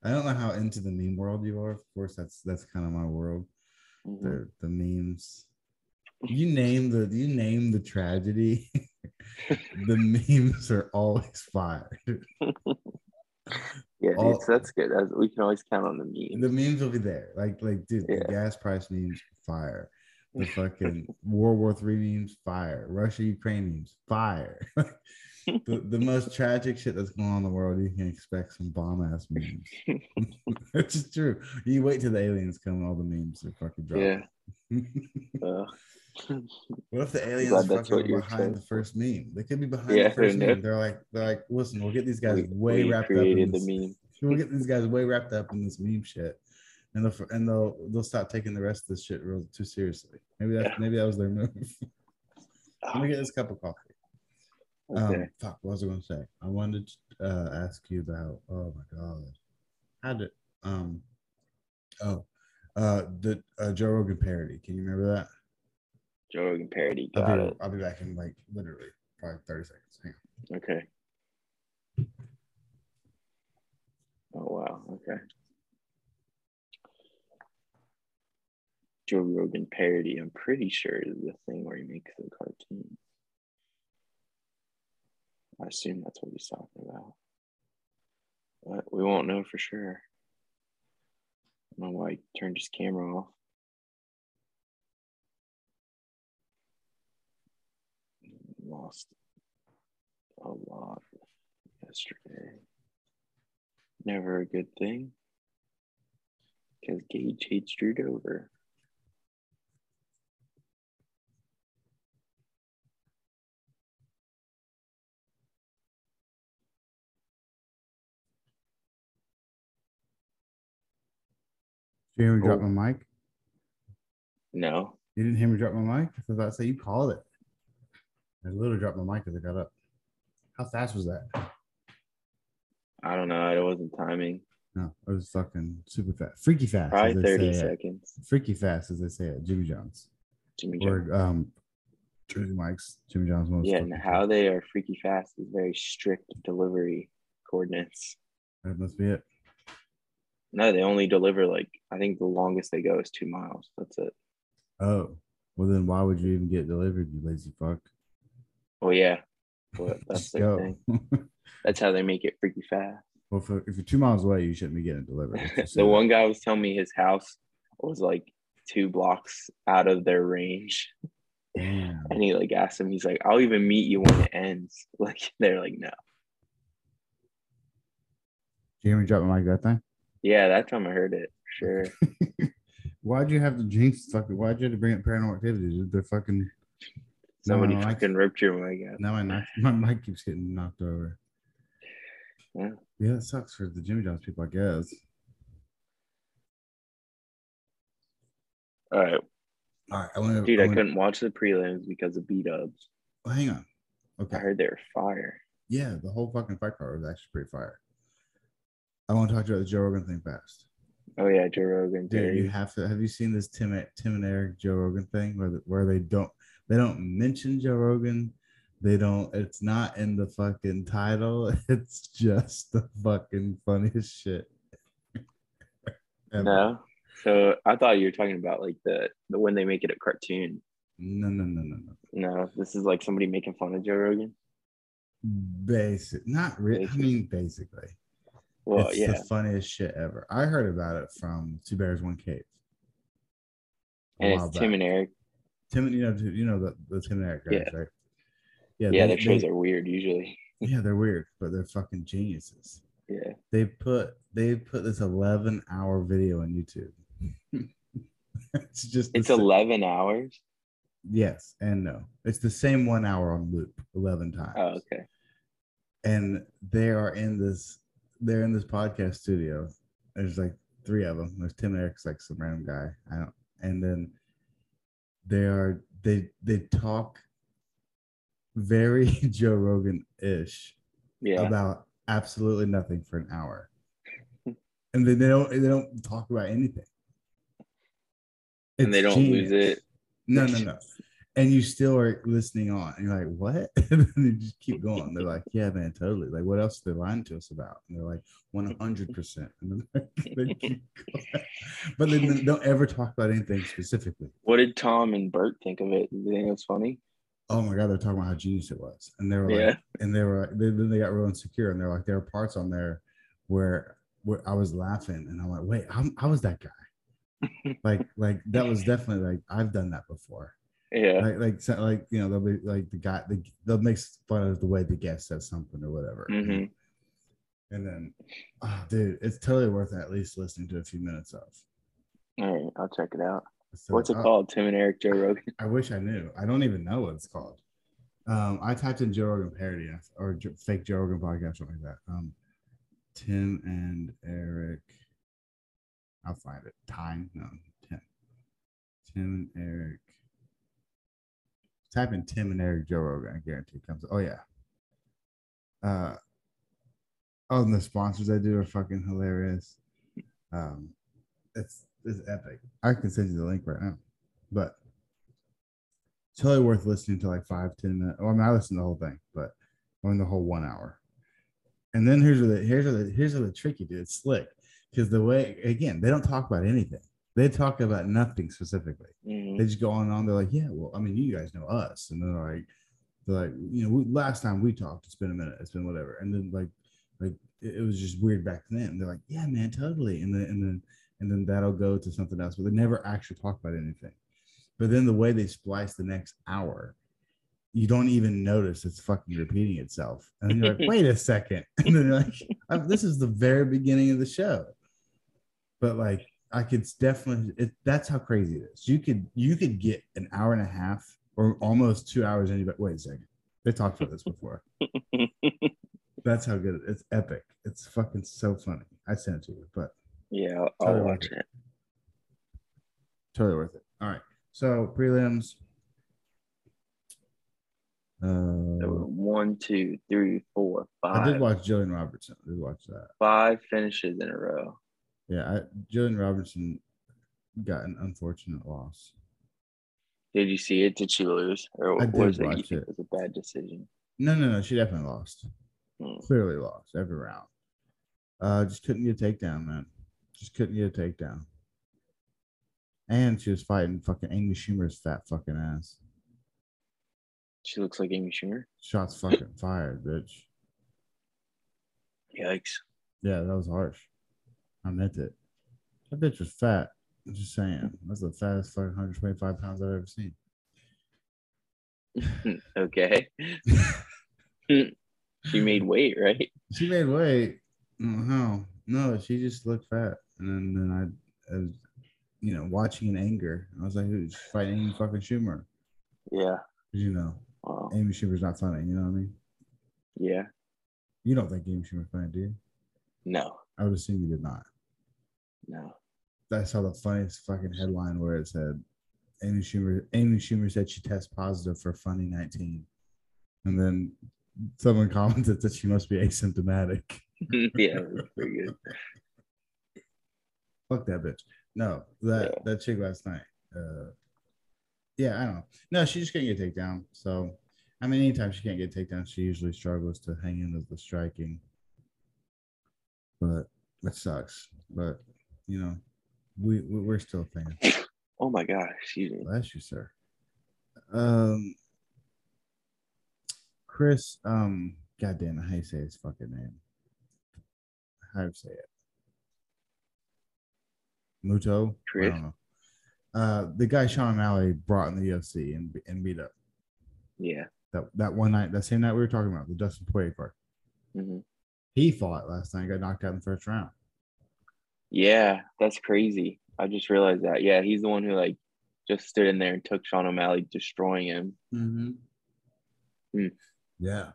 S1: I don't know how into the meme world you are. Of course, that's that's kind of my world.
S2: Mhm.
S1: The the memes. You name the you name the tragedy. the memes are always fire. dude.
S2: Yeah, dude,
S1: all-
S2: so that's good. That's, we can always count on the meme.
S1: The memes will be there. Like like dude, the
S2: Yeah.
S1: gas price memes fire. The fucking World War Three memes fire. Russia Ukraine memes fire. the, the most tragic shit that's going on in the world, you can expect some bomb ass memes. Which is true. You wait till the aliens come and all the memes are fucking dropping.
S2: Uh,
S1: what if the
S2: Glad
S1: aliens
S2: that's
S1: fucking
S2: what you
S1: were behind
S2: said.
S1: the first meme? They could be behind
S2: Yeah,
S1: the first
S2: who
S1: meme.
S2: knows?
S1: They're like, they're like, listen, we'll get these guys
S2: we-
S1: way
S2: we
S1: wrapped up. In
S2: created
S1: this,
S2: the meme.
S1: We'll get these guys way wrapped up in this meme shit. And they'll and they'll they'll stop taking the rest of this shit real too seriously. Maybe that
S2: Yeah.
S1: maybe that was their move. Let me get this cup of coffee.
S2: Okay.
S1: Um, fuck, what was I going to say? I wanted to uh, ask you about. Oh my god, how did um, oh, uh, the uh, Joe Rogan parody. Can you remember that?
S2: Joe Rogan parody.
S1: I'll
S2: Got
S1: be,
S2: it.
S1: I'll be back in like literally probably thirty seconds. Hang on.
S2: Okay. Oh wow. Okay. Joe Rogan parody. I'm pretty sure is the thing where he makes the cartoon. I assume that's what he's talking about. But we won't know for sure. I don't know why he turned his camera off. Lost a lot yesterday. Never a good thing. Because Gage hates Drew Dover.
S1: Did you hear me
S2: drop
S1: drop my mic?
S2: No.
S1: You didn't hear me drop my mic? I was about to say you called it. I literally dropped my mic as I got up. How fast was that?
S2: I don't know. It wasn't timing.
S1: No, it was fucking super fast, freaky fast.
S2: Probably
S1: as they
S2: 30
S1: say at-
S2: seconds.
S1: Freaky fast, as they say at Jimmy John's.
S2: Jimmy John's.
S1: or um Jersey Mike's, Jimmy John's most.
S2: Yeah, and how they are freaky fast is very strict delivery coordinates.
S1: that must be it.
S2: No, they only deliver like, I think the longest they go is two miles. That's it.
S1: Oh, well then why would you even get delivered, you lazy fuck?
S2: Oh, yeah. But that's
S1: Just
S2: their thing. That's how they make it freaky fast.
S1: well, for, if you're two miles away, you shouldn't be getting it delivered. Let's just say
S2: the
S1: that.
S2: one guy was telling me his house was like two blocks out of their range.
S1: Damn.
S2: And he like asked him, he's like, I'll even meet you when it ends. Like they're like, no.
S1: Did you hear me drop my mic that time?
S2: Yeah, that time I heard it. Sure.
S1: Why'd you have to jinx fucking? Why'd you have to bring up paranormal activity? Dude, they're fucking. No,
S2: Somebody
S1: I like-
S2: fucking ripped your mic out.
S1: Now my knock, my mic keeps getting knocked over.
S2: Yeah.
S1: Yeah, it sucks for the Jimmy John's people, I guess.
S2: All right.
S1: All right, I want to.
S2: Dude, I couldn't watch the prelims because of B dubs.
S1: hang on. Okay.
S2: I heard they were fire.
S1: Yeah, the whole fucking fight card was actually pretty fire. I want to talk to you about the Joe Rogan thing fast.
S2: Oh yeah, Joe Rogan.
S1: Dude,
S2: Dude,
S1: you have to have you seen this Tim Tim and Eric Joe Rogan thing where the, where they don't they don't mention Joe Rogan. They don't it's not in the fucking title. It's just the fucking funniest shit. ever.
S2: no. So I thought you were talking about like the, the when they make it a cartoon.
S1: No, no, no, no, no.
S2: No, this is like somebody making fun of Joe Rogan.
S1: Basic not really I
S2: Basic.
S1: mean basically.
S2: Well,
S1: it's
S2: yeah.
S1: the funniest shit ever. I heard about it from Two Bears One Cave. a
S2: And
S1: while
S2: it's Tim
S1: back.
S2: and Eric.
S1: Tim, you know, you know the, the Tim and Eric guys, right? Yeah,
S2: yeah,
S1: they,
S2: their shows
S1: they-
S2: are weird usually.
S1: yeah, they're weird, but they're fucking geniuses.
S2: Yeah.
S1: They put they put this eleven hour video on YouTube. it's just the
S2: It's
S1: sa-
S2: 11 hours.
S1: yes and no. It's the same one hour on loop eleven times,
S2: Oh, okay.
S1: and they are in this they're in this podcast studio. There's like three of them. There's Tim and Eric's like some random guy. I don't, and then they are they they talk very Joe Rogan ish
S2: Yeah.
S1: about absolutely nothing for an hour, and then they don't they don't talk about anything.
S2: and they
S1: It's
S2: don't lose
S1: genius.
S2: it.
S1: No, no, no. And you still are listening on. And you're like, what? and then they just keep going. They're like, yeah, man, totally. Like, what else are they lying to us about? And they're like, 100%. And then they keep going. But then they don't ever talk about anything specifically.
S2: What did Tom and Bert think of it? Did they think it was funny?
S1: Oh my God, they're talking about how genius it was. And they were like,
S2: Yeah.
S1: and they were like, they, then they got real insecure. And they're like, there are parts on there where, where I was laughing. And I'm like, wait, I'm, I was that guy. like, like that was definitely like, I've done that before.
S2: Yeah.
S1: like like so, like you know they'll be like the guy the, they'll make fun of the way the guest says something or whatever
S2: Mhm.
S1: and then oh, dude it's totally worth at least listening to a few minutes of
S2: All right, I'll check it out.
S1: So-
S2: What's it
S1: oh,
S2: called? Tim and Eric Joe Rogan.
S1: i wish i knew i don't even know what it's called um i typed in joe rogan parody I- or J- fake joe rogan podcast something like that um tim and eric i'll find it time no tim tim and eric type in tim and eric joe rogan i guarantee it comes oh yeah uh oh and the sponsors i do are fucking hilarious um it's it's epic i can send you the link right now but totally worth listening to like five ten minutes well, I mean, i listened to the whole thing but i mean the whole one hour and then here's where the here's where the here's where the tricky dude it's slick because the way again they don't talk about anything they talk about nothing specifically
S2: Mhm.
S1: they just go on and on. They're like, yeah, well, I mean, you guys know us, and they're like, they're like, you know, we, last time we talked, it's been a minute, it's been whatever, and then like, like it, it was just weird back then. And they're like, yeah, man, totally, and then and then and then that'll go to something else, but they never actually talk about anything. But then the way they splice the next hour, you don't even notice it's fucking repeating itself, and then you're like, wait a second, and then you're like, I- this is the very beginning of the show, but like. I could s- definitely. It, that's how crazy it is. You could you could get an hour and a half or almost two hours. And you but wait a second, they talked about this before. that's how good it, it's epic. It's fucking so funny. I sent it to you, but
S2: Yeah, I'll,
S1: Totally
S2: I'll
S1: worth
S2: watch
S1: it.
S2: it.
S1: totally worth it. All right, so prelims.
S2: So
S1: Uh,
S2: one, two, three, four,
S1: I did
S2: five,
S1: watch Jillian Robertson. I did watch that.
S2: five finishes in a row.
S1: Yeah, I, Jillian Robertson got an unfortunate loss.
S2: Did you see it? Did she lose, or
S1: I did
S2: was it? You
S1: watch
S2: think
S1: it.
S2: it was a bad decision?
S1: No, no, no. She definitely lost.
S2: Hmm.
S1: Clearly lost every round. Uh, just couldn't get a takedown, man. Just couldn't get a takedown. And she was fighting fucking Amy Schumer's fat fucking ass.
S2: She looks like Amy Schumer.
S1: Shots fucking fired, bitch.
S2: Yikes!
S1: Yeah, that was harsh. I meant it. That bitch was fat. I'm just saying. That's the fattest fucking 125 pounds I've ever seen.
S2: okay, she made weight, right?
S1: She made weight. No, Oh, no, she just looked fat. And then, then I, I was, you know, watching in anger. I was like, who's fighting Amy fucking Schumer?
S2: Yeah.
S1: 'Cause, You know,
S2: Wow.
S1: Amy Schumer's not funny. You know what I mean?
S2: Yeah.
S1: You don't think Amy Schumer's funny, do you?
S2: No.
S1: I would assume you did not.
S2: No.
S1: I saw the funniest fucking headline where it said Amy Schumer. Amy Schumer said she tested positive for funny nineteen, and then someone commented that she must be asymptomatic.
S2: yeah, it was pretty good.
S1: Fuck that bitch. No, that
S2: Yeah.
S1: that chick last night. Uh, yeah, I don't know. No, she just couldn't get takedown. So, I mean, anytime she can't get takedown, she usually struggles to hang in with the striking. But that sucks. But you know, we we- we're still fans.
S2: Oh my gosh, excuse me.
S1: Bless you, sir. Um, Chris. Um, goddamn, it, how you say his fucking name? How do you say it? Muto.
S2: Chris?
S1: I don't know. Uh, the guy Sean O'Malley brought in the UFC and and beat up
S2: Yeah.
S1: that that one night, that same night we were talking about, the Dustin Poirier card.
S2: hmm
S1: He fought last night, got knocked out in the first round.
S2: Yeah, that's crazy. I just realized that. Yeah, he's the one who like just stood in there and took Sean O'Malley, destroying him.
S1: Mm-hmm.
S2: Hmm.
S1: Yeah.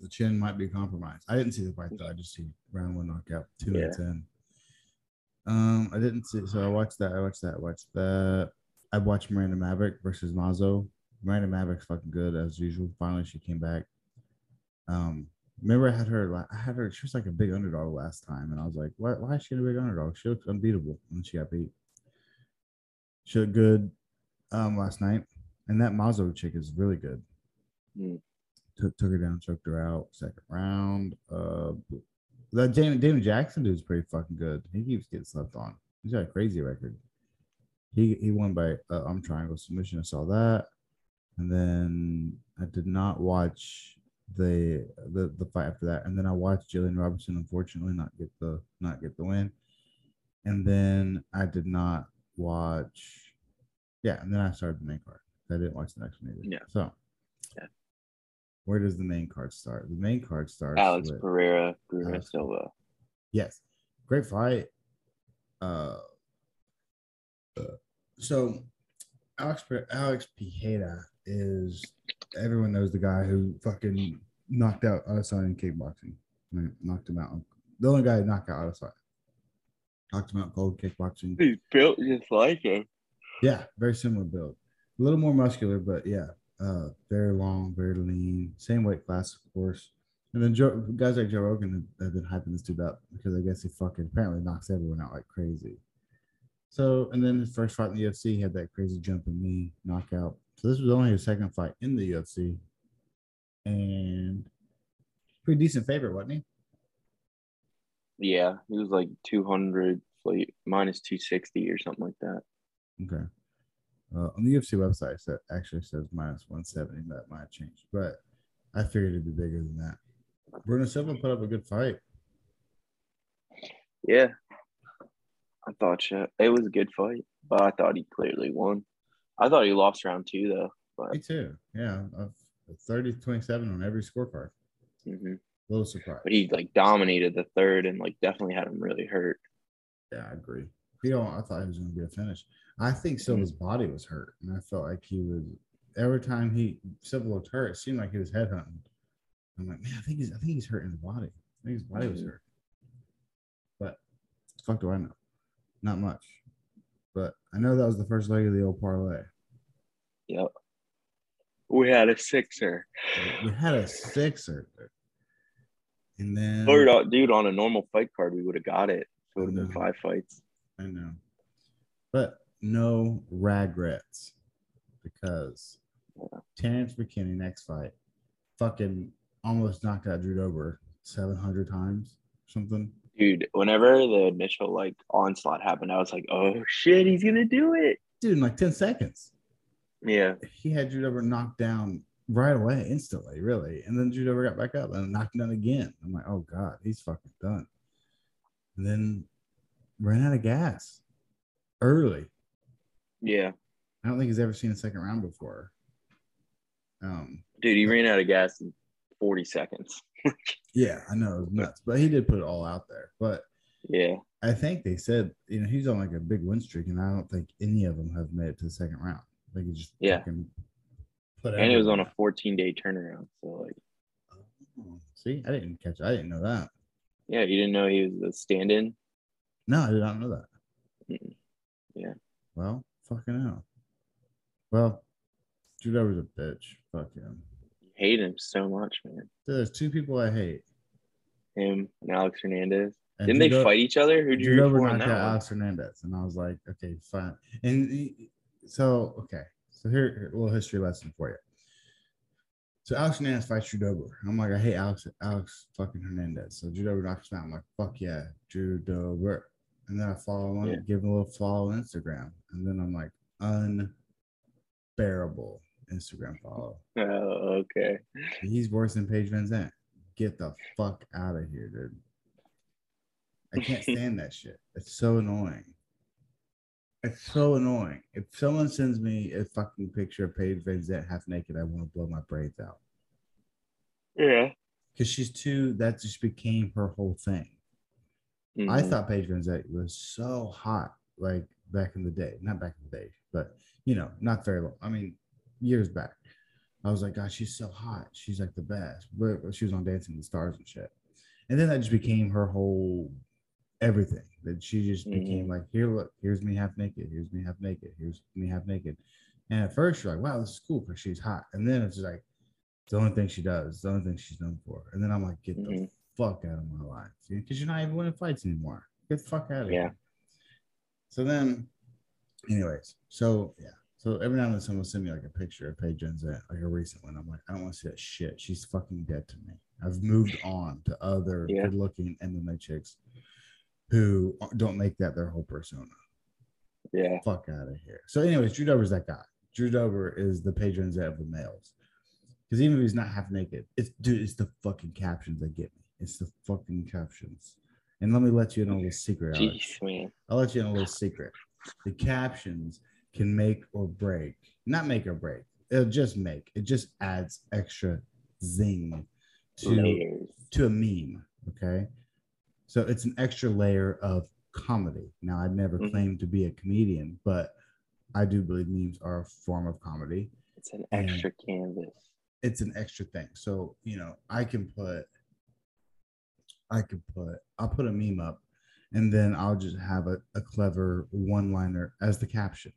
S1: The chin might be compromised. I didn't see the fight though. I just see round one knockout, two
S2: Yeah.
S1: minutes in. Um, I didn't see so I watched that. I watched that. I watched that. I watched Miranda Maverick versus Mazo. Miranda Maverick's fucking good as usual. Finally, she came back. Um, remember I had her la- I had her, she was like a big underdog last time, and I was like, Why why is she a big underdog? She looks unbeatable and she got beat. She looked good um last night. And that Mazo chick is really good.
S2: Hmm.
S1: Took, took her down, choked her out. Second round. Uh, that Damon, Damon Jackson dude's pretty fucking good. He keeps getting slept on. He's got a crazy record. He he won by uh, arm triangle submission. I saw that, and then I did not watch the the the fight after that. And then I watched Jillian Robertson unfortunately not get the not get the win. And then I did not watch. Yeah, and then I started the main card. I didn't watch the next one either.
S2: Yeah.
S1: So,
S2: Yeah.
S1: where does the main card start? The main card starts.
S2: Alex
S1: with-
S2: Pereira, Bruno
S1: Alex-
S2: Silva.
S1: Yes. Great fight. Uh, so Alex Pe- Alex Pijeda is everyone knows the guy who fucking knocked out Adesanya in kickboxing. Like, Knocked him out. The only guy who knocked out Adesanya. Knocked him out cold kickboxing.
S2: He's built just like him.
S1: Yeah, very similar build. A little more muscular, but yeah, uh, very long, very lean. Same weight class, of course. And then Joe, guys like Joe Rogan have been hyping this dude up because I guess he fucking apparently knocks everyone out like crazy. So, and then his first fight in the UFC, he had that crazy jumping knee knockout. So this was only his second fight in the UFC, and pretty decent favorite, wasn't he?
S2: Yeah, he was like 200, like minus 260 or something like that.
S1: Okay. Uh, on the UFC website, so it actually says minus 170. That might change, but I figured it'd be bigger than that. Bruno Silva put up a good fight.
S2: Yeah. I thought so. It was a good fight, but I thought he clearly won. I thought he lost round two, though.
S1: Me too. Yeah. i 30 to 27 on every scorecard.
S2: hmm
S1: A little surprise.
S2: But he like dominated the third and like definitely had him really hurt.
S1: Yeah, I agree. You know, I thought he was going to get a finish. I think Silva's body was hurt, and I felt like he was every time he Silva looked hurt, it seemed like he was headhunting. I'm like, man, I think he's I think he's hurt in his body. I think his body was
S2: Mhm.
S1: hurt. But fuck do I know? Not much. But I know that was the first leg of the old parlay.
S2: Yep. We had a sixer.
S1: We had a sixer, and then
S2: Third, uh, dude, on a normal fight card, we would have got it. It would have
S1: Mhm.
S2: been five fights.
S1: I know. But no regrets because Terrence McKinney next fight fucking almost knocked out Drew Dober 700 times something.
S2: Dude, whenever the initial like onslaught happened, I was like, oh shit, he's gonna do it.
S1: Dude, in like 10 seconds.
S2: Yeah.
S1: He had Drew Dober knocked down right away, instantly, really. And then Drew Dober got back up and knocked him down again. I'm like, oh God, he's fucking done. And then ran out of gas early.
S2: Yeah.
S1: I don't think he's ever seen a second round before. Um,
S2: Dude, he ran out of gas in 40 seconds.
S1: Yeah, I know it was nuts, but he did put it all out there. But
S2: Yeah.
S1: I think they said, you know, he's on like a big win streak, and I don't think any of them have made it to the second round. Like he just
S2: Yeah.
S1: fucking put
S2: And it was on
S1: everyone
S2: a 14 day turnaround. So, like,
S1: out. See, I didn't catch. I didn't know that.
S2: yeah, you didn't know he was the stand in?
S1: No, I did not know that.
S2: Mm-mm. Yeah.
S1: Well, fucking hell. Well, Drew Dover's a bitch. Fuck him.
S2: Hate him so much, man.
S1: There's two people I hate.
S2: Him and Alex Hernandez.
S1: and
S2: Didn't
S1: Drew
S2: they
S1: Do-
S2: fight each other? Who'd you
S1: Drew
S2: root
S1: Dober
S2: for on
S1: knocked
S2: that
S1: out
S2: one?
S1: Alex Hernandez, and I was like, okay, fine. And he- so, okay, so here, here a little history lesson for you. So Alex Hernandez fights Drew Dober. I'm like, I hate Alex, Alex fucking Hernandez. So Drew Dober knocks him out. I'm like, fuck yeah, Drew Dober. And then I follow him,
S2: Yeah.
S1: give him a little follow on Instagram, and then I'm like, unbearable Instagram follow.
S2: Oh, okay.
S1: He's worse than Paige Van Zandt. Get the fuck out of here, dude. I can't stand that shit. It's so annoying. It's so annoying. If someone sends me a fucking picture of Paige Van Zandt half naked, I want to blow my brains out.
S2: Yeah.
S1: Because she's too, that just became her whole thing. I
S2: Mhm.
S1: thought Paige Van Zandt was so hot, like back in the day. Not back in the day, but you know, not very long. I mean, years back. I was like, God, she's so hot. She's like the best. But but she was on Dancing with the Stars and shit. And then that just became her whole everything. That she just became like, here, look, here's me half naked. Here's me half naked. Here's me half naked. And at first you're like, wow, this is cool because she's hot. And then it's just like, it's the only thing she does. It's the only thing she's known for. And then I'm like, get the
S2: Mhm.
S1: fuck out of my life. Because you're not even winning fights anymore. Get the fuck out of
S2: Yeah.
S1: here. So then, anyways, so yeah. So every now and then someone will send me like a picture of Paige Van Zandt, like a recent one. I'm like, I don't want to see that shit. She's fucking dead to me. I've moved on to other
S2: Yeah.
S1: good looking MMA chicks who don't make that their whole persona
S2: Yeah.
S1: fuck out of here. So, anyways, Drew Dober's that guy. Drew Dober is the patron zet of the males. Because even if he's not half naked, it's dude, it's the fucking captions that get me. It's the fucking captions. And let me let you in on a little secret, Alex.
S2: Jeez, man.
S1: I'll let you in on a little secret. The captions can make or break, not make or break. It'll just make. It just adds extra zing to
S2: Layers.
S1: to a meme. Okay. So it's an extra layer of comedy. Now, I've never
S2: Mhm.
S1: claimed to be a comedian, but I do believe memes are a form of comedy.
S2: It's an
S1: Yeah.
S2: extra canvas.
S1: It's an extra thing. So, you know, I can put, I can put, I'll put a meme up and then I'll just have a, a clever one liner as the caption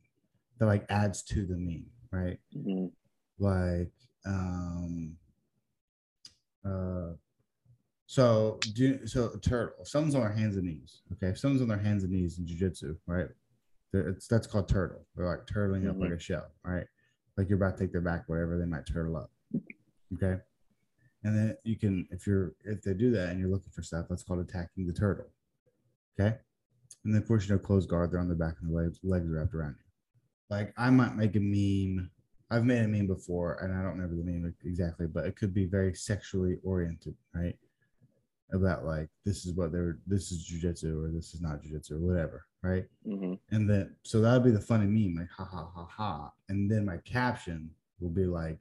S1: that like adds to the meme, right?
S2: Mhm.
S1: like um uh so do so a turtle if someone's on their hands and knees okay if someone's on their hands and knees in jujitsu right that- it's that's called turtle they're like turtling up like a shell right like you're about to take their back whatever they might turtle up okay and then you can if you're if they do that and you're looking for stuff that's called attacking the turtle okay and then of course you know closed guard they're on the back and the legs legs wrapped around you like i might make a meme I've made a meme before, and I don't remember the meme exactly, but it could be very sexually oriented, right? About like this is what they were, this is jujitsu or this is not jujitsu or whatever, right?
S2: Mhm.
S1: And then so that would be the funny meme, like ha ha ha ha, and then my caption will be like,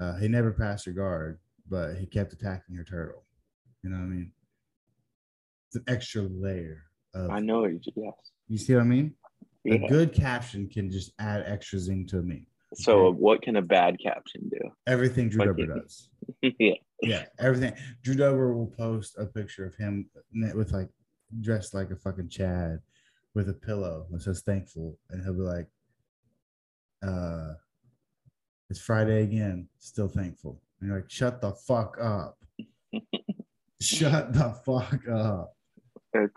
S1: uh, "He never passed her guard, but he kept attacking her turtle." You know what I mean? It's an extra layer of
S2: I know it. Yes.
S1: you see what I mean.
S2: Yeah.
S1: A good caption can just add extra zing to a meme.
S2: so what can a bad caption do?
S1: Everything Drew
S2: Like
S1: Dober
S2: it-
S1: does.
S2: yeah.
S1: yeah, everything. Drew Dober will post a picture of him ne- with like dressed like a fucking Chad with a pillow that says thankful, and he'll be like, uh, it's Friday again, still thankful. And you're like, shut the fuck up. shut the fuck up.
S2: Okay.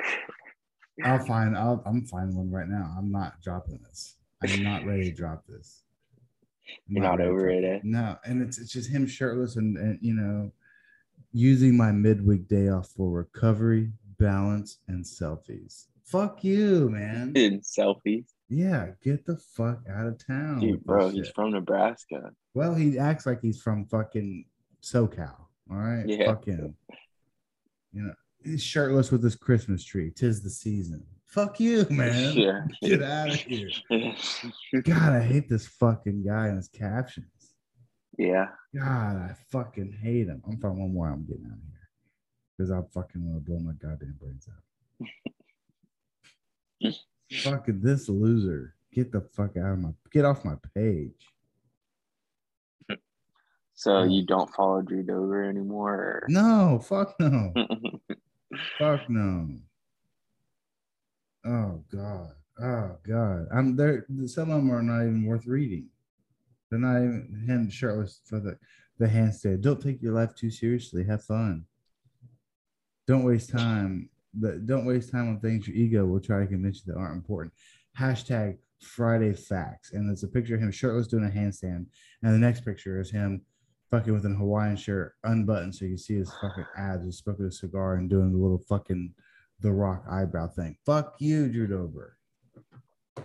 S1: I'll find I'll I'm finding one right now. I'm not dropping this. I'm not ready to drop this. I'm
S2: You're not
S1: ready to
S2: over
S1: drop
S2: it, eh?
S1: no, and it's it's just him shirtless and, and you know, using my midweek day off for recovery, balance, and selfies. Fuck you, man.
S2: In selfies.
S1: Yeah, get the fuck out of town. with
S2: Dude,
S1: this
S2: bro, he's
S1: shit.
S2: from Nebraska.
S1: well, he acts like he's from fucking SoCal. All right,
S2: Yeah.
S1: fuck him. You know, he's shirtless with his Christmas tree. Tis the season. Fuck you, man.
S2: Yeah.
S1: Get out of here.
S2: yeah.
S1: God, I hate this fucking guy and his captions. God, I fucking hate him. I'm finding one more. I'm getting out of here because I fucking want to blow my goddamn brains out. fucking this loser, get the fuck out of my get off my page.
S2: So you don't follow Drew Dover anymore?
S1: No, fuck no,
S2: or-
S1: fuck no. Oh god, oh god. I'm there. Some of them are not even worth reading. They're not even him shirtless for the the handstand. Don't take your life too seriously. Have fun. Don't waste time. But don't waste time on things your ego will try to convince you that aren't important. Hashtag Friday facts. And it's a picture of him shirtless doing a handstand. And the next picture is him fucking with an Hawaiian shirt unbuttoned so you can see his fucking abs. He's smoking a cigar and doing the little fucking the rock eyebrow thing. Fuck you, Drew Dober.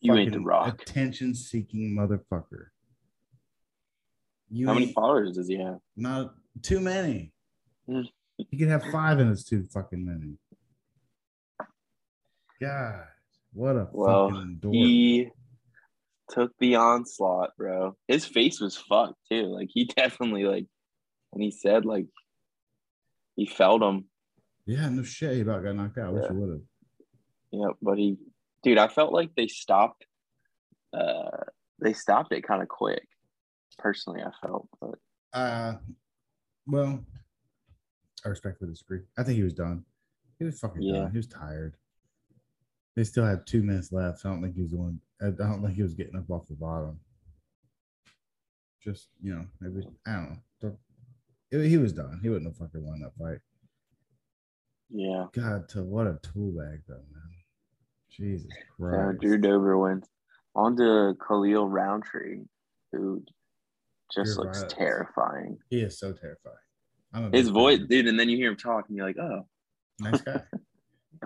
S2: you ain't the
S1: Fucking
S2: rock.
S1: Attention seeking motherfucker. You
S2: How many
S1: ain't-
S2: followers does he have?
S1: Not too many.
S2: Mm.
S1: He could have five and it's too fucking many. God, what a
S2: Well,
S1: fucking dork.
S2: He took the onslaught, bro. His face was fucked too. Like he definitely like and he said like he felt him.
S1: yeah, no shit. He about got knocked out. I wish he would have.
S2: Yeah, but he dude, I felt like they stopped uh they stopped it kind of quick. Personally, I felt but
S1: Uh, well, I respectfully disagree. I think he was done. He was fucking
S2: Yeah.
S1: done. He was tired. They still had two minutes left. So I don't think he was the one. I I don't think he was getting up off the bottom. Just you know, maybe I don't know. Don't- he- he was done. He wouldn't have fucking won that fight.
S2: yeah.
S1: God, to what a tool bag though, man. Jesus
S2: So
S1: Christ.
S2: Drew Dober wins. On to Khalil Roundtree, who just
S1: You're
S2: looks
S1: right.
S2: terrifying.
S1: He is so terrifying. I'm a
S2: His
S1: big
S2: voice,
S1: fan.
S2: dude, and then you hear him talk, and you're like, oh,
S1: Nice guy.
S2: that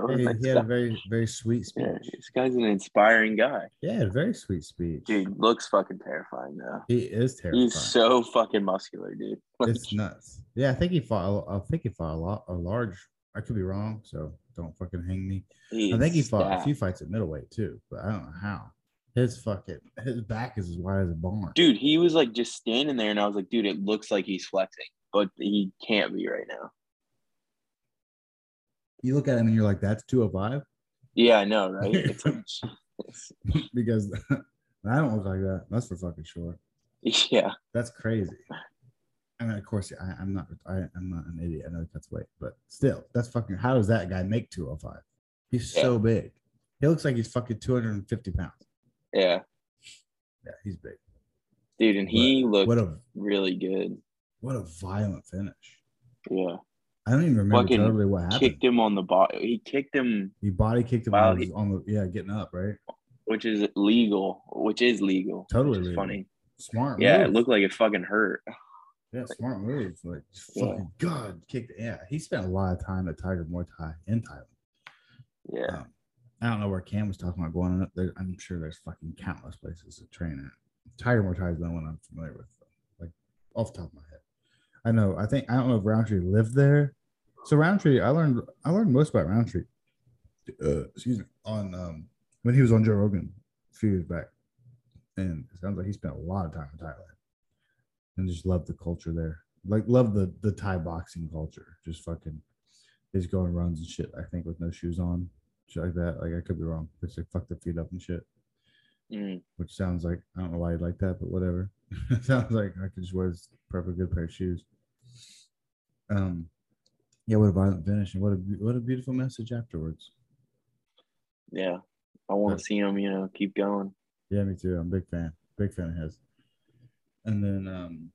S2: was
S1: he,
S2: nice
S1: he had a
S2: stuff.
S1: very, very sweet speech.
S2: Yeah, this guy's an inspiring guy.
S1: Yeah, he had a very sweet speech.
S2: Dude, looks fucking terrifying though.
S1: He is terrifying.
S2: He's so fucking muscular, dude. Like,
S1: it's nuts. Yeah, I think he fought. a- I think he fought a lot, a large. I could be wrong, so don't fucking hang me. I think he
S2: he's
S1: fought a
S2: stacked.
S1: few fights at middleweight too, but I don't know how. His fucking his back is as wide as a barn.
S2: Dude, he was like just standing there, and I was like, dude, it looks like he's flexing, but he can't be right now.
S1: You look at him and you're like, that's 205?
S2: Yeah, I know, right? It's like,
S1: because I don't look like that. That's for fucking sure.
S2: yeah,
S1: That's crazy. I mean, of course, I, I'm not. I, I'm not an idiot. I know it cuts weight, but still, that's fucking. How does that guy make 205? He's so big. He looks like he's fucking 250 pounds.
S2: yeah,
S1: Yeah, he's big.
S2: dude, and he looked
S1: What a
S2: really good.
S1: what a violent finish.
S2: Yeah,
S1: I don't even remember
S2: Fucking
S1: totally what happened.
S2: kicked him on the body. He kicked him,
S1: He body kicked him while
S2: Wow,
S1: he
S2: he-
S1: was on the yeah getting up right.
S2: which is legal, which is legal.
S1: Totally
S2: which is
S1: legal.
S2: funny.
S1: Smart.
S2: Yeah,
S1: move.
S2: it looked like it fucking hurt.
S1: Yeah, smart move. Like just
S2: Yeah.
S1: fucking god kicked. Yeah, he spent a lot of time at Tiger Muay Thai in Thailand.
S2: Yeah,
S1: Um, I don't know where Cam was talking about going. up There, I'm sure there's fucking countless places to train at. Tiger Muay Thai is the only one I'm familiar with, though, like off the top of my head. I know. I think I don't know if Roundtree lived there. So Roundtree, I learned I learned most about Roundtree. Uh, excuse me. On um, when he was on Joe Rogan a few years back, and it sounds like he spent a lot of time in Thailand, and just loved the culture there. Like loved the the Thai boxing culture. Just fucking, just going runs and shit. I think with no shoes on shit like that. Like I could be wrong. It's like fuck their feet up and shit,
S2: Mm,
S1: which sounds like I don't know why you like that, but whatever. it sounds like I could just wear this perfect good pair of shoes. Um, yeah, what a violent finish and what a be- what a beautiful message afterwards.
S2: yeah. I want
S1: But-
S2: to see him, you know, keep going.
S1: Yeah, me too. I'm a big fan, big fan of his. And then um,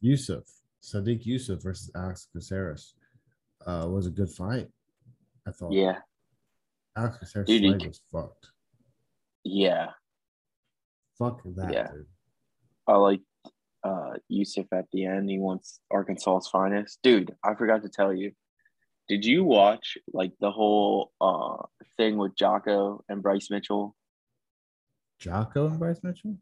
S1: Yusuf Sadiq Yusuf versus Alex Caceres uh, was a good fight. I thought.
S2: Yeah,
S1: Alex Caceres'
S2: Dude, he-
S1: leg was fucked.
S2: yeah.
S1: Fuck that,
S2: Yeah.
S1: dude.
S2: I like uh Yusuf at the end. He wants Arkansas's finest. Dude, I forgot to tell you. Did you watch like the whole uh thing with Jocko and Bryce Mitchell?
S1: Jocko and Bryce Mitchell.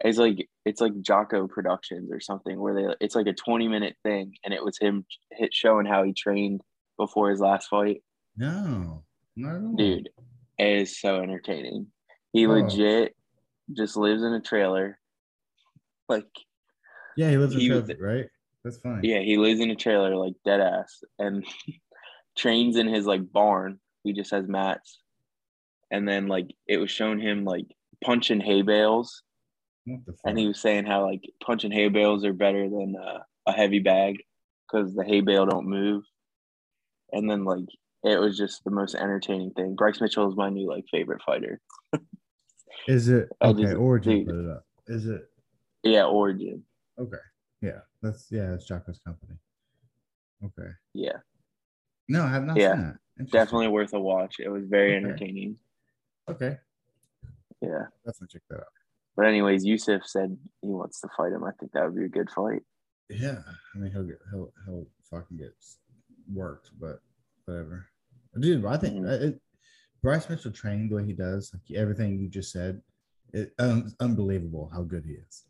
S2: It's like it's like Jocko Productions or something where they it's like a 20 minute thing and it was him hit showing how he trained before his last fight.
S1: No, not at all.
S2: Dude, it is so entertaining. He
S1: Oh.
S2: legit just lives in a trailer. Like
S1: Yeah, he lives in
S2: He was-
S1: Trevor, right? That's funny.
S2: Yeah, he lives in a trailer like dead ass and trains in his like barn. He just has mats. And then like it was shown him like punching hay bales
S1: What the fuck?
S2: and he was saying how like punching hay bales are better than uh, a heavy bag cuz the hay bale don't move. And then like it was just the most entertaining thing. Bryce Mitchell is my new like favorite fighter.
S1: is it
S2: I
S1: okay?
S2: just-
S1: Origin
S2: dude.
S1: put it up. Is it
S2: Yeah, Origin.
S1: okay? Yeah, that's yeah, that's Jocko's company. Okay.
S2: Yeah,
S1: No, I have not
S2: Yeah,
S1: seen that. Interesting.
S2: definitely worth a watch. It was very
S1: Okay.
S2: entertaining.
S1: Okay,
S2: Yeah.
S1: definitely check that out.
S2: But anyways, Yusuf said he wants to fight him. I think that would be a good fight.
S1: Yeah, I mean he'll get he'll he'll fucking get s- worked, but whatever. Dude, I think
S2: Mhm.
S1: uh, it, Bryce Mitchell training the way he does, like everything you just said, it, um, it's unbelievable how good he is.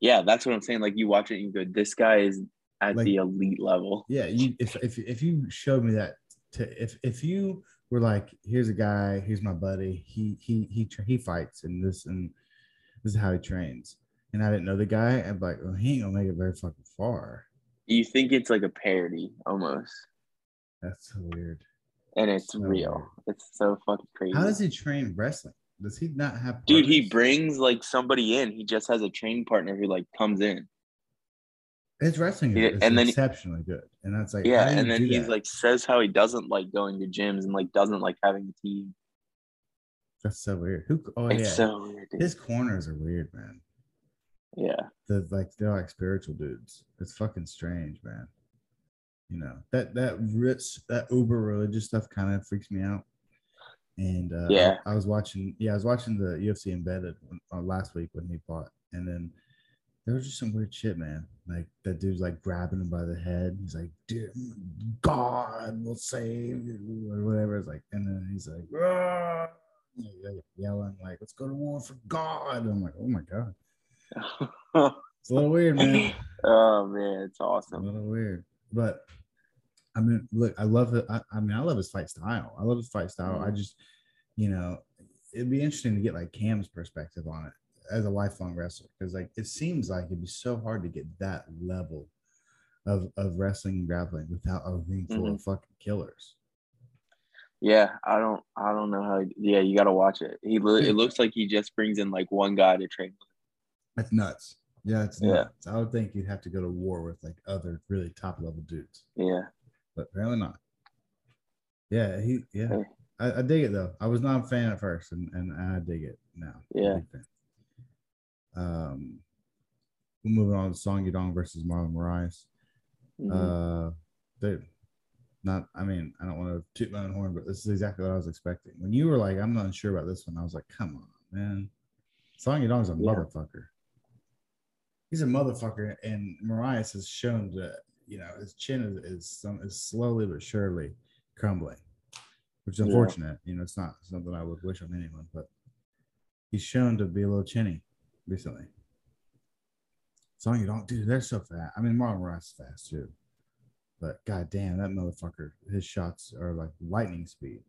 S2: Yeah, that's what I'm saying. Like you watch it and you go, this guy is at
S1: Like-
S2: the elite level.
S1: Yeah, you if if if you showed me that to if if you were like, here's a guy, here's my buddy, he he he tra- he fights and this and this is how he trains, and I didn't know the guy, I'm like, well, he ain't gonna make it very fucking far.
S2: You think it's like a parody almost,
S1: That's so weird.
S2: and it's
S1: So
S2: real. It's so fucking crazy.
S1: How does he train wrestling? Does he not have?
S2: Dude, he
S1: partners?
S2: brings like somebody in. He just has a training partner who like comes in.
S1: his wrestling
S2: Yeah,
S1: is, is
S2: and then-
S1: exceptionally good, and that's like
S2: yeah,
S1: how do you
S2: and then
S1: do
S2: he's
S1: that?
S2: like says how he doesn't like going to gyms and like doesn't like having a team.
S1: that's so weird. Who? Oh
S2: it's
S1: yeah,
S2: so weird. dude.
S1: his corners are weird, man.
S2: yeah,
S1: the like they're like spiritual dudes. It's fucking strange, man. You know that that rich that uber religious stuff kind of freaks me out. And uh,
S2: Yeah.
S1: I, I was watching. Yeah, I was watching the UFC embedded when- uh, last week when he fought, and then there was just some weird shit, man. Like that dude's like grabbing him by the head. He's like, "Dude, God will save you," or whatever. It's like, and then he's like, "Ah," like, yelling like, "Let's go to war for God." And I'm like, "Oh my god." It's a little weird, man.
S2: oh man, it's
S1: a
S2: awesome.
S1: little weird. But I mean, look, I love it. I, I mean, I love his fight style. I love his fight style. I just, you know, it'd be interesting to get like Cam's perspective on it as a lifelong wrestler because like it seems like it'd be so hard to get that level of of wrestling and grappling without a ring full of fucking killers.
S2: Yeah, I don't, I don't know how. Yeah, you got to watch it. He, lo- it looks like he just brings in like one guy to train.
S1: That's nuts. Yeah, it's
S2: Yeah.
S1: nuts. I would think you'd have to go to war with like other really top level dudes,
S2: Yeah,
S1: but apparently not. Yeah, he yeah.
S2: Yeah.
S1: I, I dig it though. I was not a fan at first, and, and I dig it now.
S2: Yeah.
S1: Big fan. Um, we're moving on to Song Yudong versus Marlon Moraes.
S2: Mhm.
S1: Uh, dude, not. I mean, I don't want to toot my own horn, but this is exactly what I was expecting. When you were like, "I'm not sure about this one," I was like, "Come on, man." Song Yadong's a
S2: Yeah.
S1: motherfucker. He's a motherfucker, and Marias has shown that you know his chin is is, some, is slowly but surely crumbling, which is
S2: Yeah.
S1: unfortunate. You know, it's not something I would wish on anyone, but he's shown to be a little chinny recently. Song Yadong, dude, they're so fast. I mean, Marlon Rice is fast too. But goddamn, that motherfucker, his shots are like lightning speed.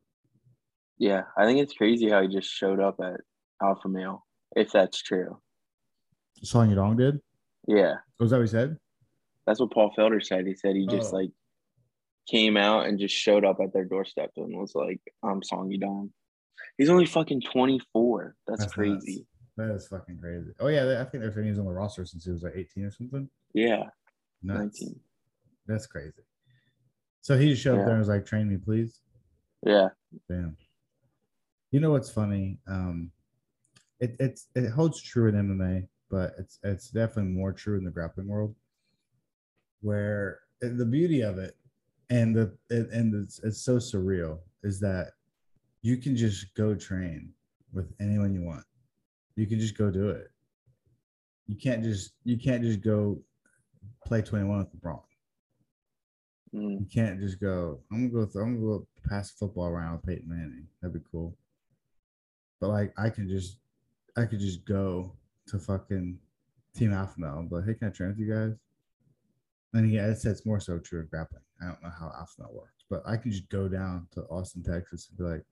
S2: yeah, I think it's crazy how he just showed up at Alpha Male, if that's true.
S1: Song Yadong did?
S2: Yeah,
S1: Was that what he said?
S2: that's what Paul Felder said. He said he just
S1: Oh.
S2: like came out and just showed up at their doorstep and was like, "I'm Song Yidong." He's only fucking 24. That's,
S1: That's
S2: crazy.
S1: nuts. That is fucking crazy. Oh yeah, I think they're saying he's on the roster since he was like 18 or something.
S2: Yeah,
S1: Nuts.
S2: 19.
S1: That's crazy. So he just showed
S2: Yeah.
S1: up there and was like, train me, please.
S2: Yeah,
S1: Damn. You know what's funny? Um, it it's it holds true in MMA, but it's it's definitely more true in the grappling world, where the beauty of it, and the and- and it's, it's so surreal is that you can just go train with anyone you want. You can just go do it. You can't just you can't just go play twenty one with LeBron.
S2: Mm,
S1: You can't just go. I'm gonna go. Th- I'm gonna go pass the football around with Peyton Manning. That'd be cool. But like, I can just, I could just go to fucking Team Alpha Male. and be like, hey, can I train with you guys? And yeah, it's, it's more so true of grappling. I don't know how Alpha Male works, but I can just go down to Austin, Texas, and be like,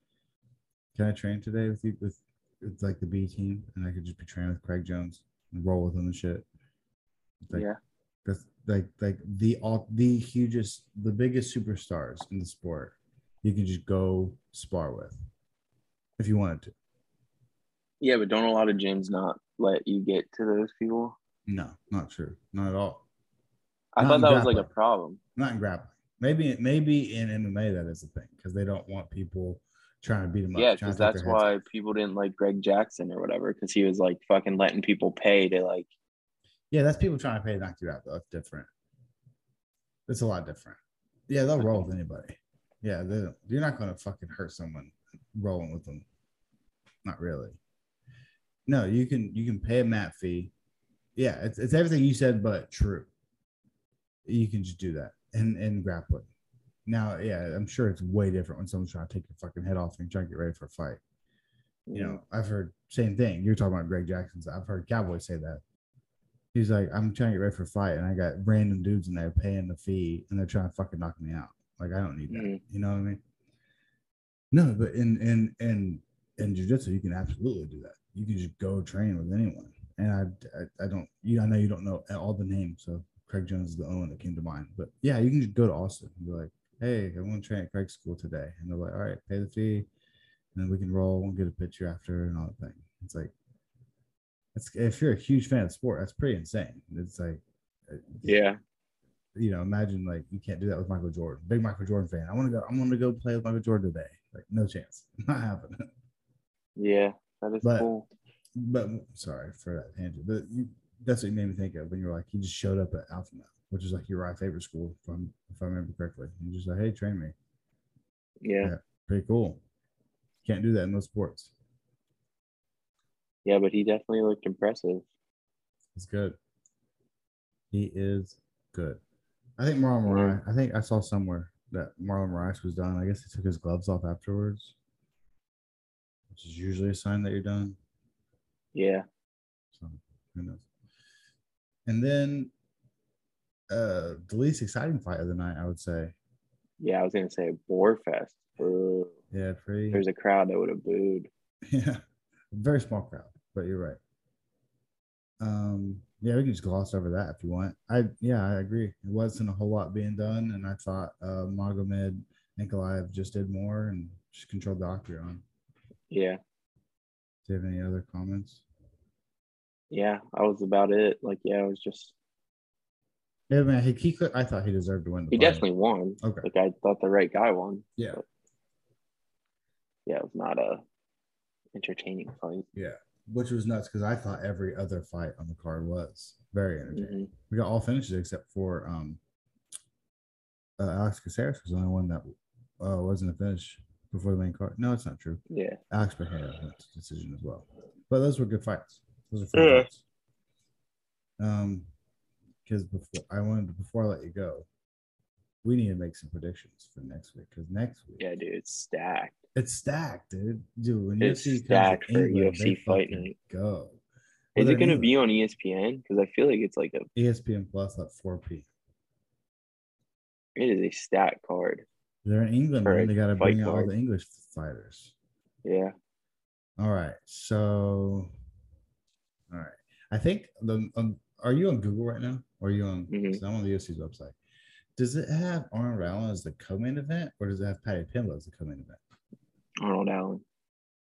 S1: can I train today with you with, with like the B team? And I could just be training with Craig Jones and roll with him and shit. Like,
S2: yeah,
S1: that's like like the all the hugest the biggest superstars in the sport you can just go spar with if you wanted to
S2: yeah, but don't a lot of gyms not let you get to those people?
S1: no not true not at all
S2: I
S1: Not
S2: thought that was like a
S1: grappling.
S2: problem.
S1: not in grappling maybe maybe in mma that is a thing because they don't want people trying to beat them up
S2: yeah,
S1: trying
S2: because
S1: to take
S2: that's
S1: their heads
S2: why people didn't like Greg Jackson or whatever, because he was like fucking letting people pay to like,
S1: Yeah, that's people trying to pay to knock you out, though. It's different. It's a lot different. Yeah, they'll roll with anybody. Yeah, they don't, you're not going to fucking hurt someone rolling with them. Not really. No, you can you can pay a mat fee. Yeah, it's, it's everything you said, but true. You can just do that and and grappling. Now, yeah, I'm sure it's way different when someone's trying to take your fucking head off and trying to get ready for a fight you know, I've heard same thing. You're talking about Greg Jackson's. I've heard Cowboy say that. He's like, I'm trying to get ready for a fight, and I got random dudes in there paying the fee, and they're trying to fucking knock me out. Like I don't need that.
S2: Mhm.
S1: You know what I mean? No, but in in in in jujitsu, you can absolutely do that. You can just go train with anyone. And I I, I don't you I know you don't know all the names, so Craig Jones is the only one that came to mind. But yeah, you can just go to Austin and be like, hey, I want to train at Craig's school today, and they're like, all right, pay the fee and then we can roll and get a picture after and all that thing. It's like, it's, if you're a huge fan of sport, that's pretty insane. It's like, uh,
S2: yeah,
S1: you know, imagine like you can't do that with Michael Jordan, big Michael Jordan fan. I want to go, I want to go play with Michael Jordan today. Like, no chance, not happening.
S2: yeah, that is
S1: But-
S2: cool.
S1: But sorry for that tangent, but you, that's what you made me think of when you were like, you just showed up at Alpha Male, which is like your favorite school, if, I'm, if I remember correctly. And you're just like, hey, train me.
S2: Yeah,
S1: Pretty cool. Can't do that in most sports.
S2: yeah, but he definitely looked impressive.
S1: He's good. He is good. I think Marlon
S2: Yeah.
S1: Moraes. I think I saw somewhere that Marlon Moraes was done. I guess he took his gloves off afterwards, which is usually a sign that you're done.
S2: Yeah,
S1: So who knows? And then uh the least exciting fight of the night, I would say.
S2: yeah, I was gonna say Boarfest. Ooh,
S1: Yeah, pretty.
S2: there's a crowd that would have booed.
S1: Yeah. Very small crowd, but you're right. Um, yeah, we can just gloss over that if you want. I yeah, I agree. It wasn't a whole lot being done, and I thought uh Magomed Nikolaev just did more and just controlled the Octagon.
S2: Yeah.
S1: Do you have any other comments?
S2: Yeah. I was about it. Like, yeah, I was just,
S1: Yeah, man, he, he could. I thought he deserved to win. The
S2: he
S1: fight.
S2: definitely won.
S1: Okay.
S2: Like, I thought the right guy won.
S1: Yeah.
S2: Yeah. It was not a entertaining fight.
S1: Which was nuts because I thought every other fight on the card was very entertaining.
S2: Mhm.
S1: We got all finishes except for um, uh, Alex Caceres was the only one that uh, wasn't a finish before the main card. No, it's not true.
S2: Yeah.
S1: Alex Pereira went to decision as well. But those were good fights. Those are fun
S2: Yeah.
S1: fights. Um, because before I wanted to, before I let you go, we need to make some predictions for next week because next week
S2: Yeah, dude. It's stacked.
S1: it's stacked, dude. Dude, when
S2: It's
S1: UFC comes
S2: stacked
S1: to
S2: for
S1: England,
S2: UFC
S1: they
S2: fight
S1: fucking
S2: night.
S1: Go.
S2: Is
S1: Well,
S2: it
S1: they're E
S2: going to
S1: new.
S2: be on E ESPN? Because I feel like it's like a,
S1: ESPN Plus at 4 p.
S2: it is a stacked card.
S1: They're in England,
S2: Alright,
S1: man. They got to
S2: fight
S1: bring out all
S2: card.
S1: the English fighters.
S2: Yeah.
S1: All right. So, all right. I think the um, are you on Google right now? Or are you on?
S2: Mhm.
S1: 'cause I'm on the UFC's website. Does it have Arnold Allen as the co-main event, or does it have Patty Pimble as the co-main event?
S2: Arnold Allen.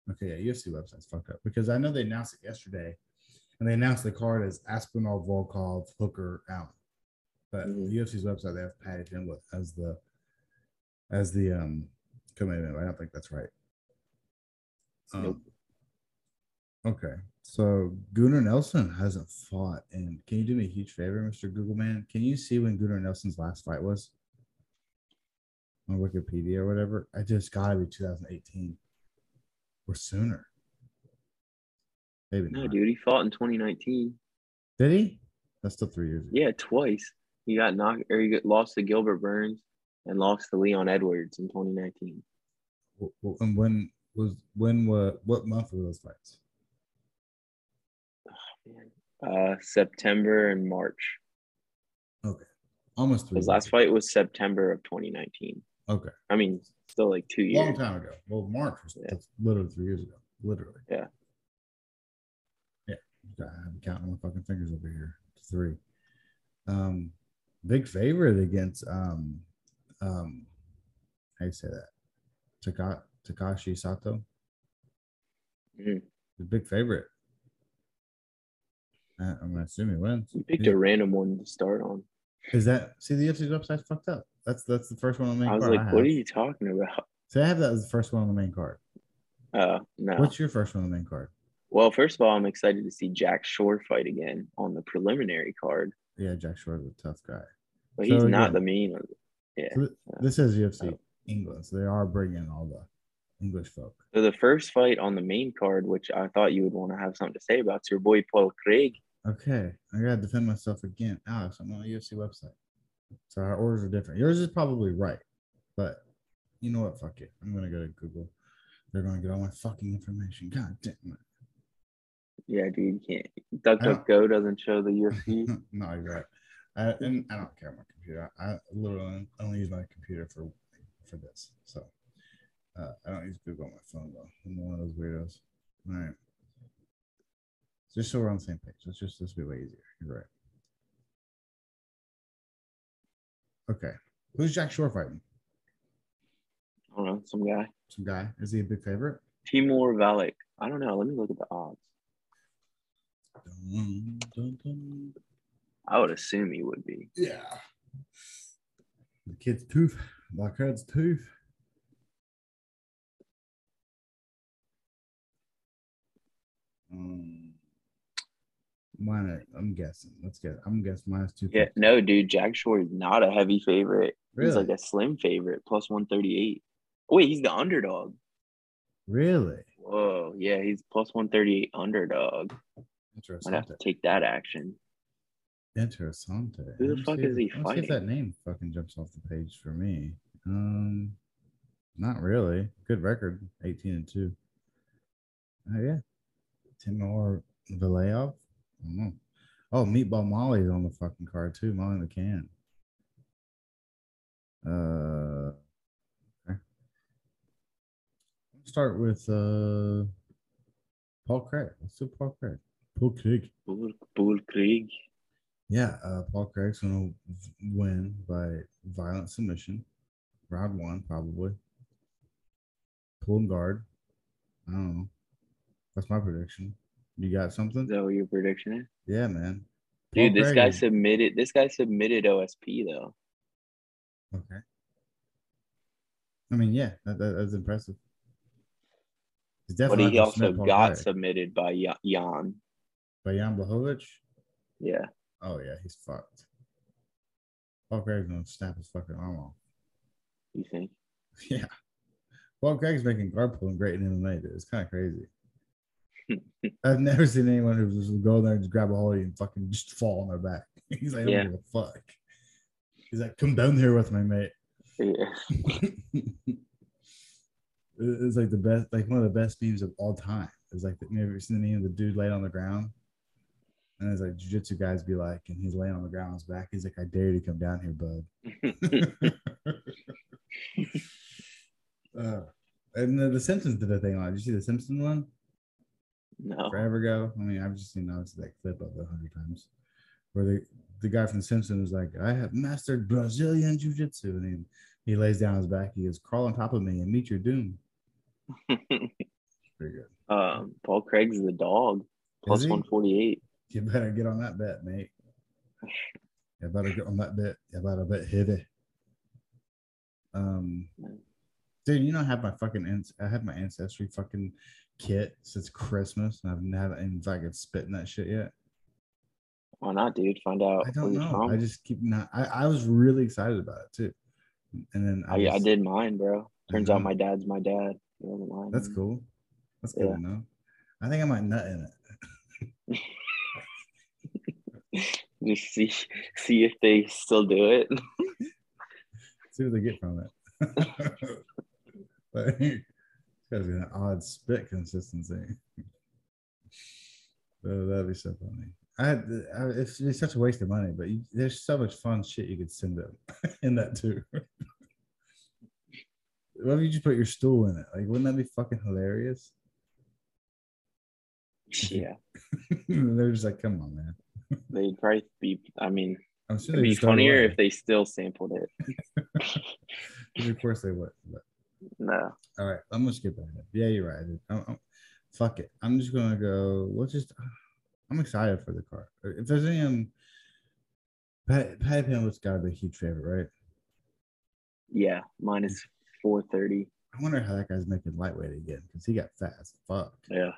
S1: Okay, yeah, UFC website's fucked up because I know they announced it yesterday, and they announced the card as Aspinall, Volkov, Hooker, Allen. But
S2: Mhm.
S1: the UFC's website they have Patty Pimble as the as the um co-main event. I don't think that's right. Um,
S2: Nope.
S1: Okay, so Gunnar Nelson hasn't fought, and can you do me a huge favor, Mister Google Man? Can you see when Gunnar Nelson's last fight was on Wikipedia or whatever? I just gotta be 2018 or sooner. Maybe
S2: No,
S1: not.
S2: dude. He fought in 2019.
S1: Did he? That's still three years. ago.
S2: Yeah, twice. He got knocked or he got, lost to Gilbert Burns and lost to Leon Edwards in 2019.
S1: W- w- And when was when what what month were those fights?
S2: Uh, September and March.
S1: Almost three.
S2: His
S1: years
S2: last
S1: ago.
S2: fight was September of 2019.
S1: Okay,
S2: I mean, still like two
S1: long
S2: years.
S1: time ago. Well, March was
S2: Yeah.
S1: that's literally three years ago. Literally.
S2: Yeah.
S1: Yeah. I'm counting my fucking fingers over here. Three. Um, big favorite against um, um, how you say that? Taka Takashi Sato.
S2: Mhm.
S1: The big favorite. Uh, I'm gonna assume he wins.
S2: You picked
S1: Yeah.
S2: a random one to start on.
S1: Is that see the UFC's website's fucked up? That's that's the first one on the main
S2: I was
S1: card.
S2: like,
S1: I have.
S2: what are you talking about?
S1: So I have that as the first one on the main card.
S2: Uh, no.
S1: What's your first one on the main card?
S2: well, first of all, I'm excited to see Jack Shore fight again on the preliminary card,
S1: Yeah, Jack Shore's a tough guy.
S2: but
S1: So
S2: he's not
S1: again-
S2: the main. Yeah.
S1: So th-
S2: Yeah.
S1: this is UFC
S2: Oh.
S1: England, so they are bringing all the English folk.
S2: So the first fight on the main card, which I thought you would want to have something to say about, is your boy Paul Craig.
S1: Okay, I gotta defend myself again, Alex. I'm on the UFC website, so our orders are different. Yours is probably right, but you know what? Fuck it. I'm gonna go to Google. They're gonna get all my fucking information. God damn it!
S2: Yeah, dude, you can't. Duck
S1: I don't-
S2: Duck Go doesn't show the UFC.
S1: no, you're right. I, and I don't care my computer. I, I literally only use my computer for for this. So uh, I don't use Google on my phone though. I'm one of those weirdos. All right. Just so we're on the same page. Let's just this will be way easier. You're right. Okay. Who's Jack Shore fighting?
S2: I don't know, some guy.
S1: Some guy. Is he a big favorite?
S2: Timur Valak. I don't know. Let me look at the odds.
S1: Dun, dun, dun.
S2: I would assume he would be.
S1: Yeah. The kid's tooth. Blackhead's tooth. Um, mine, I'm guessing. Let's guess. I'm guessing mine's two.
S2: Yeah, no, dude, Jack Shore is not a heavy favorite.
S1: really?
S2: He's like a slim favorite, plus 138. Wait, he's the underdog.
S1: really
S2: Whoa, yeah, he's plus 138 underdog. Might have
S1: interesting.
S2: to take that action.
S1: Interessante.
S2: Who the
S1: Let me
S2: fuck
S1: see if- let
S2: is he
S1: me see if
S2: fighting?
S1: that name fucking jumps off the page for me. Um, not really. Good record, eighteen and two. Oh yeah, Timur Valeov. I don't know. Oh, Meatball Molly's on the fucking card too. Molly McCann. Uh, okay. Let's start with uh Paul Craig. Let's do Paul Craig. Paul Craig.
S2: Bull, Bull Krieg.
S1: Yeah, uh, Paul Craig's gonna win by violent submission, round one probably. Pull and guard. I don't know. That's my prediction. You got something?
S2: Is that what your prediction is?
S1: Yeah, man.
S2: Dude,
S1: Paul
S2: this guy
S1: Craig.
S2: submitted. This guy submitted OSP though.
S1: Okay. I mean, yeah, that, that, that's impressive. He's
S2: But
S1: definitely
S2: he
S1: not gonna
S2: also
S1: submit Paul
S2: got
S1: Craig.
S2: submitted by Ya- Jan.
S1: by Jan Blachowicz.
S2: Yeah.
S1: Oh yeah, he's fucked. Paul Craig's gonna snap his fucking arm off.
S2: You think?
S1: Yeah. Paul Craig's making guard pulling great in MMA, dude. It's kind of crazy. I've never seen anyone who just go there and just grab a hold of you and fucking just fall on their back. He's like, I don't
S2: Yeah.
S1: give a fuck. He's like, come down here with my mate.
S2: Yeah.
S1: It- it's like the best, like one of the best memes of all time. It's like, you ever seen the meme of the dude laying on the ground? And it's like, jujitsu guys be like, and he's laying on the ground on his back. He's like, I dare you to come down here, bud. uh, and the, the Simpsons did a thing on. it. Did you see the Simpson one
S2: No.
S1: forever ago? I mean, I've just seen obviously that clip of it a hundred times, where the the guy from the Simpsons was like, "I have mastered Brazilian jiu-jitsu," and he, he lays down on his back. He goes, "Crawl on top of me and meet your doom." Pretty good.
S2: um, Paul Craig's the dog. Plus
S1: he?
S2: one forty eight.
S1: You better get on that bet, mate. You better get on that bet. You better bet heavy. Um, dude, you know I have my fucking ans- I have my ancestry fucking kit since Christmas, and I've never even fucking spit in that shit yet.
S2: Why not, dude? Find out
S1: I
S2: where
S1: don't
S2: you're
S1: know.
S2: from.
S1: I just keep not. I, I was really excited about it too, and then I,
S2: I, Oh, I
S1: just-
S2: did mine, bro. Turns out
S1: know.
S2: my dad's my dad. He wasn't lying.
S1: That's cool. That's good
S2: Yeah.
S1: to know. I think I might nut in it.
S2: Just see see if they still do it.
S1: See what they get from it. but this guy's got an odd spit consistency. Oh, that'd be so funny. I, had, I it's, it's such a waste of money, but you, there's so much fun shit you could send them in that too. what if you just put your stool in it? Like, wouldn't that be fucking hilarious? Mm-hmm.
S2: yeah,
S1: They're just like, come on, man.
S2: they'd probably be. I mean,
S1: I'm sure
S2: it'd
S1: they'd
S2: be
S1: throw it
S2: funnier
S1: away.
S2: if they still sampled it.
S1: Of course they would. but-
S2: No,
S1: All right, I'm gonna skip ahead. Yeah, you're right. dude. I'm, I'm- fuck it. I'm just gonna go. Let's just. I'm excited for the car. If there's any, um, Pat, Patty Pamela's gotta be a huge favorite, right?
S2: yeah, minus four thirty.
S1: I wonder how that guy's making lightweight again because he got fat as fuck.
S2: Yeah,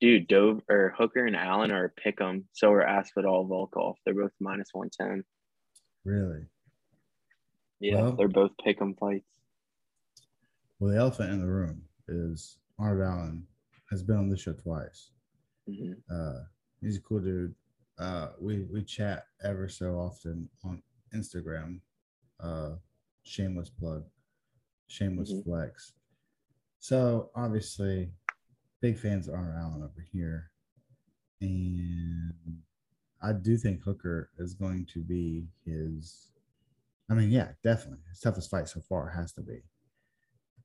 S2: dude, Dove or Hooker and Allen are a pick'em. So are Asphodel, Volkov. They're both minus one ten.
S1: Really?
S2: Yeah,
S1: Well-
S2: they're both pick'em fights.
S1: Well, the elephant in the room is Arnold Allen has been on this show twice.
S2: hmm
S1: Uh, he's a cool dude. Uh, we we chat ever so often on Instagram. Uh, shameless plug, shameless
S2: Mhm.
S1: flex. So obviously, big fans of Arnold Allen over here, and I do think Hooker is going to be his. I mean, yeah, definitely his toughest fight so far has to be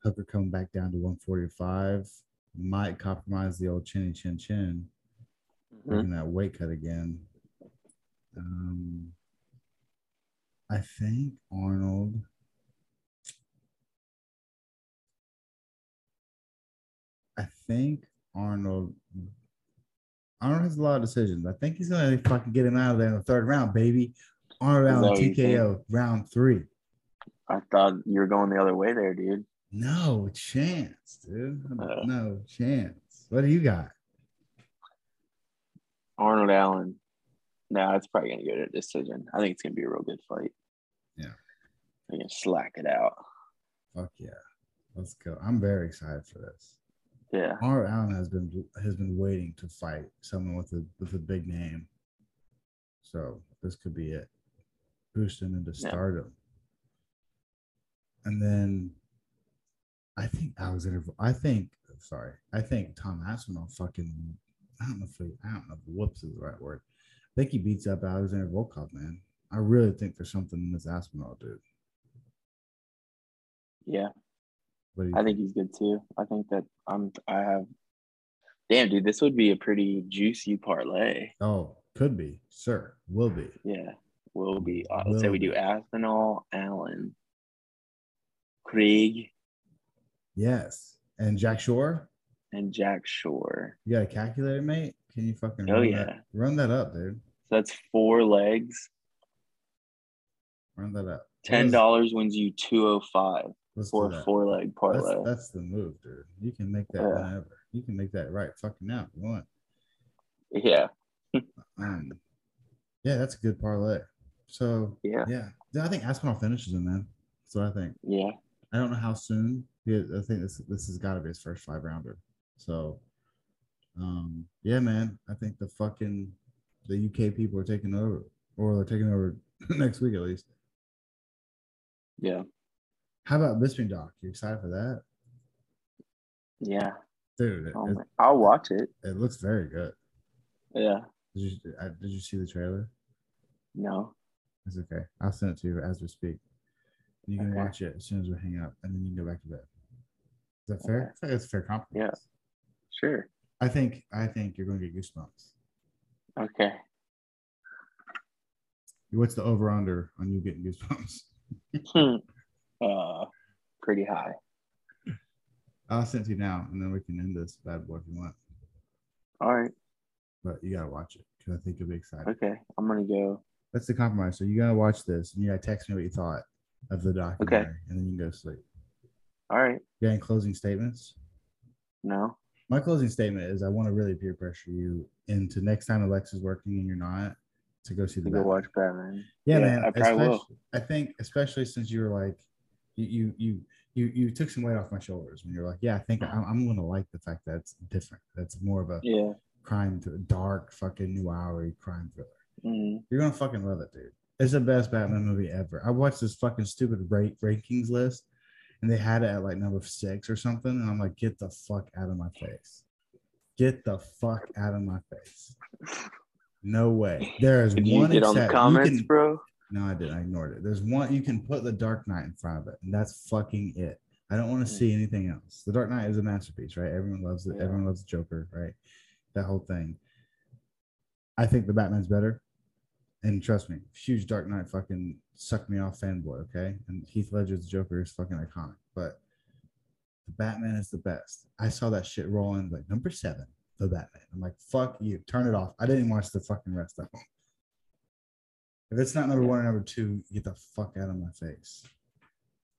S1: Hooker coming back down to 145 might compromise the old chinny chin chin
S2: hmm
S1: making that weight cut again. Um, I think Arnold. I think Arnold. Arnold has a lot of decisions. I think he's gonna fucking get him out of there in the third round, baby. Arnold
S2: Is that
S1: Allen
S2: what you think?
S1: TKO round three.
S2: I thought you were going the other way there, dude.
S1: No chance, dude.
S2: Uh.
S1: No chance. What do you got?
S2: Arnold Allen. No, it's probably gonna go to a decision. I think it's gonna be a real good fight.
S1: Yeah.
S2: They're gonna slack it out.
S1: Fuck yeah. Let's go. I'm very excited for this.
S2: Yeah.
S1: Arnold Allen has been has been waiting to fight someone with a with a big name. So this could be it. Boost him into
S2: Yeah.
S1: stardom. And then I think Alexander I think sorry, I think Tom Aspinall fucking I don't know if he, I don't know if whoops is the right word. I think he beats up Alexander Volkov, man. I really think there's something in this Aspinall dude.
S2: Yeah.
S1: What do you
S2: I think he's good too. I think that I'm I have Damn, dude, this would be a pretty juicy parlay.
S1: Oh, could be. Sure. Will be.
S2: Yeah, will be. Uh, let's say
S1: Will
S2: we do
S1: be.
S2: Athenol, Allen, Krieg,
S1: Yes. And Jack Shore,
S2: and Jack Shore.
S1: you got a calculator, mate? Can you fucking
S2: Oh,
S1: run,
S2: yeah.
S1: that, run that up, dude?
S2: So that's four legs.
S1: Run that up.
S2: Ten dollars wins you two oh five
S1: Let's do
S2: for a
S1: that.
S2: four leg
S1: That's,
S2: parlay.
S1: that's the move, dude. You can make that
S2: Yeah.
S1: whenever. You can make that right fucking now if you want.
S2: Yeah,
S1: Um, yeah, that's a good parlay. So
S2: yeah,
S1: yeah, Dude, I think Aspinall finishes him, man. That's what I think.
S2: yeah.
S1: I don't know how soon. Yeah, I think this this has got to be his first five rounder. So, um, yeah, man, I think the fucking the UK people are taking over, or they're taking over next week at least.
S2: Yeah,
S1: How about Bisping Doc? You excited for that,
S2: yeah.
S1: dude? It,
S2: Oh,
S1: it-
S2: man. I'll watch it.
S1: it looks very good.
S2: Yeah.
S1: Did you I, did you see the trailer?
S2: No.
S1: It's okay. I'll send it to you as we speak. You can
S2: Okay.
S1: watch it as soon as we hang up, and then you can go back to bed. Is that fair?
S2: Okay.
S1: I think that's a fair compliment.
S2: Yeah. Sure.
S1: I think I think you're going to get goosebumps.
S2: Okay.
S1: What's the over under on you getting goosebumps?
S2: Hmm. uh, pretty high.
S1: I'll send it to you now, and then we can end this bad boy if you want.
S2: All right.
S1: But you gotta watch it because I think you'll be excited.
S2: Okay. I'm gonna go.
S1: That's the compromise. So you gotta watch this, and you gotta text me what you thought of the documentary, and then you can go to sleep.
S2: All right.
S1: You got any closing statements?
S2: No.
S1: my closing statement is I want to really peer pressure you into next time Alexa's working and you're not to go see the
S2: You go
S1: Batman.
S2: watch Batman.
S1: Yeah,
S2: yeah,
S1: man.
S2: I probably will.
S1: especially- I think especially since you were like, you you you you you took some weight off my shoulders when you're like, yeah, I think I'm, I'm gonna like the fact that it's different. That's more of a
S2: Yeah.
S1: crime, thr- dark fucking new hour crime thriller.
S2: Mm.
S1: You're gonna fucking love it, dude. It's the best Batman movie ever. I watched this fucking stupid ra- rankings list, and they had it at like number six or something, and I'm like, get the fuck out of my face. Get the fuck out of my face. No way. There is
S2: Did you
S1: one
S2: get on the
S1: except- you
S2: comments,
S1: can-
S2: bro?
S1: No, I did. I ignored it. There's one you can put the Dark Knight in front of it, and that's fucking it. I don't want to
S2: Mm.
S1: see anything else. The Dark Knight is a masterpiece, right? Everyone loves it.
S2: Yeah.
S1: Everyone loves Joker, right? That whole thing. I think the Batman's better. And trust me, huge Dark Knight fucking sucked me off fanboy, okay? And Heath Ledger's Joker is fucking iconic, but the Batman is the best. I saw that shit rolling like number seven, the Batman. I'm like, fuck you, turn it off. I didn't watch the fucking rest of them. If it's not number one or number two, get the fuck out of my face.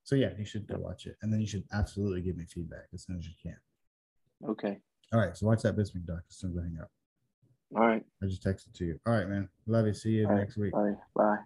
S1: So yeah, you should go watch it, and then you should absolutely give me feedback as soon as you can.
S2: Okay.
S1: All right, so watch that Bisping doc as soon as I hang up.
S2: All right.
S1: I just texted to you. All right, man. Love you. See you
S2: All right.
S1: next week.
S2: Bye. Bye.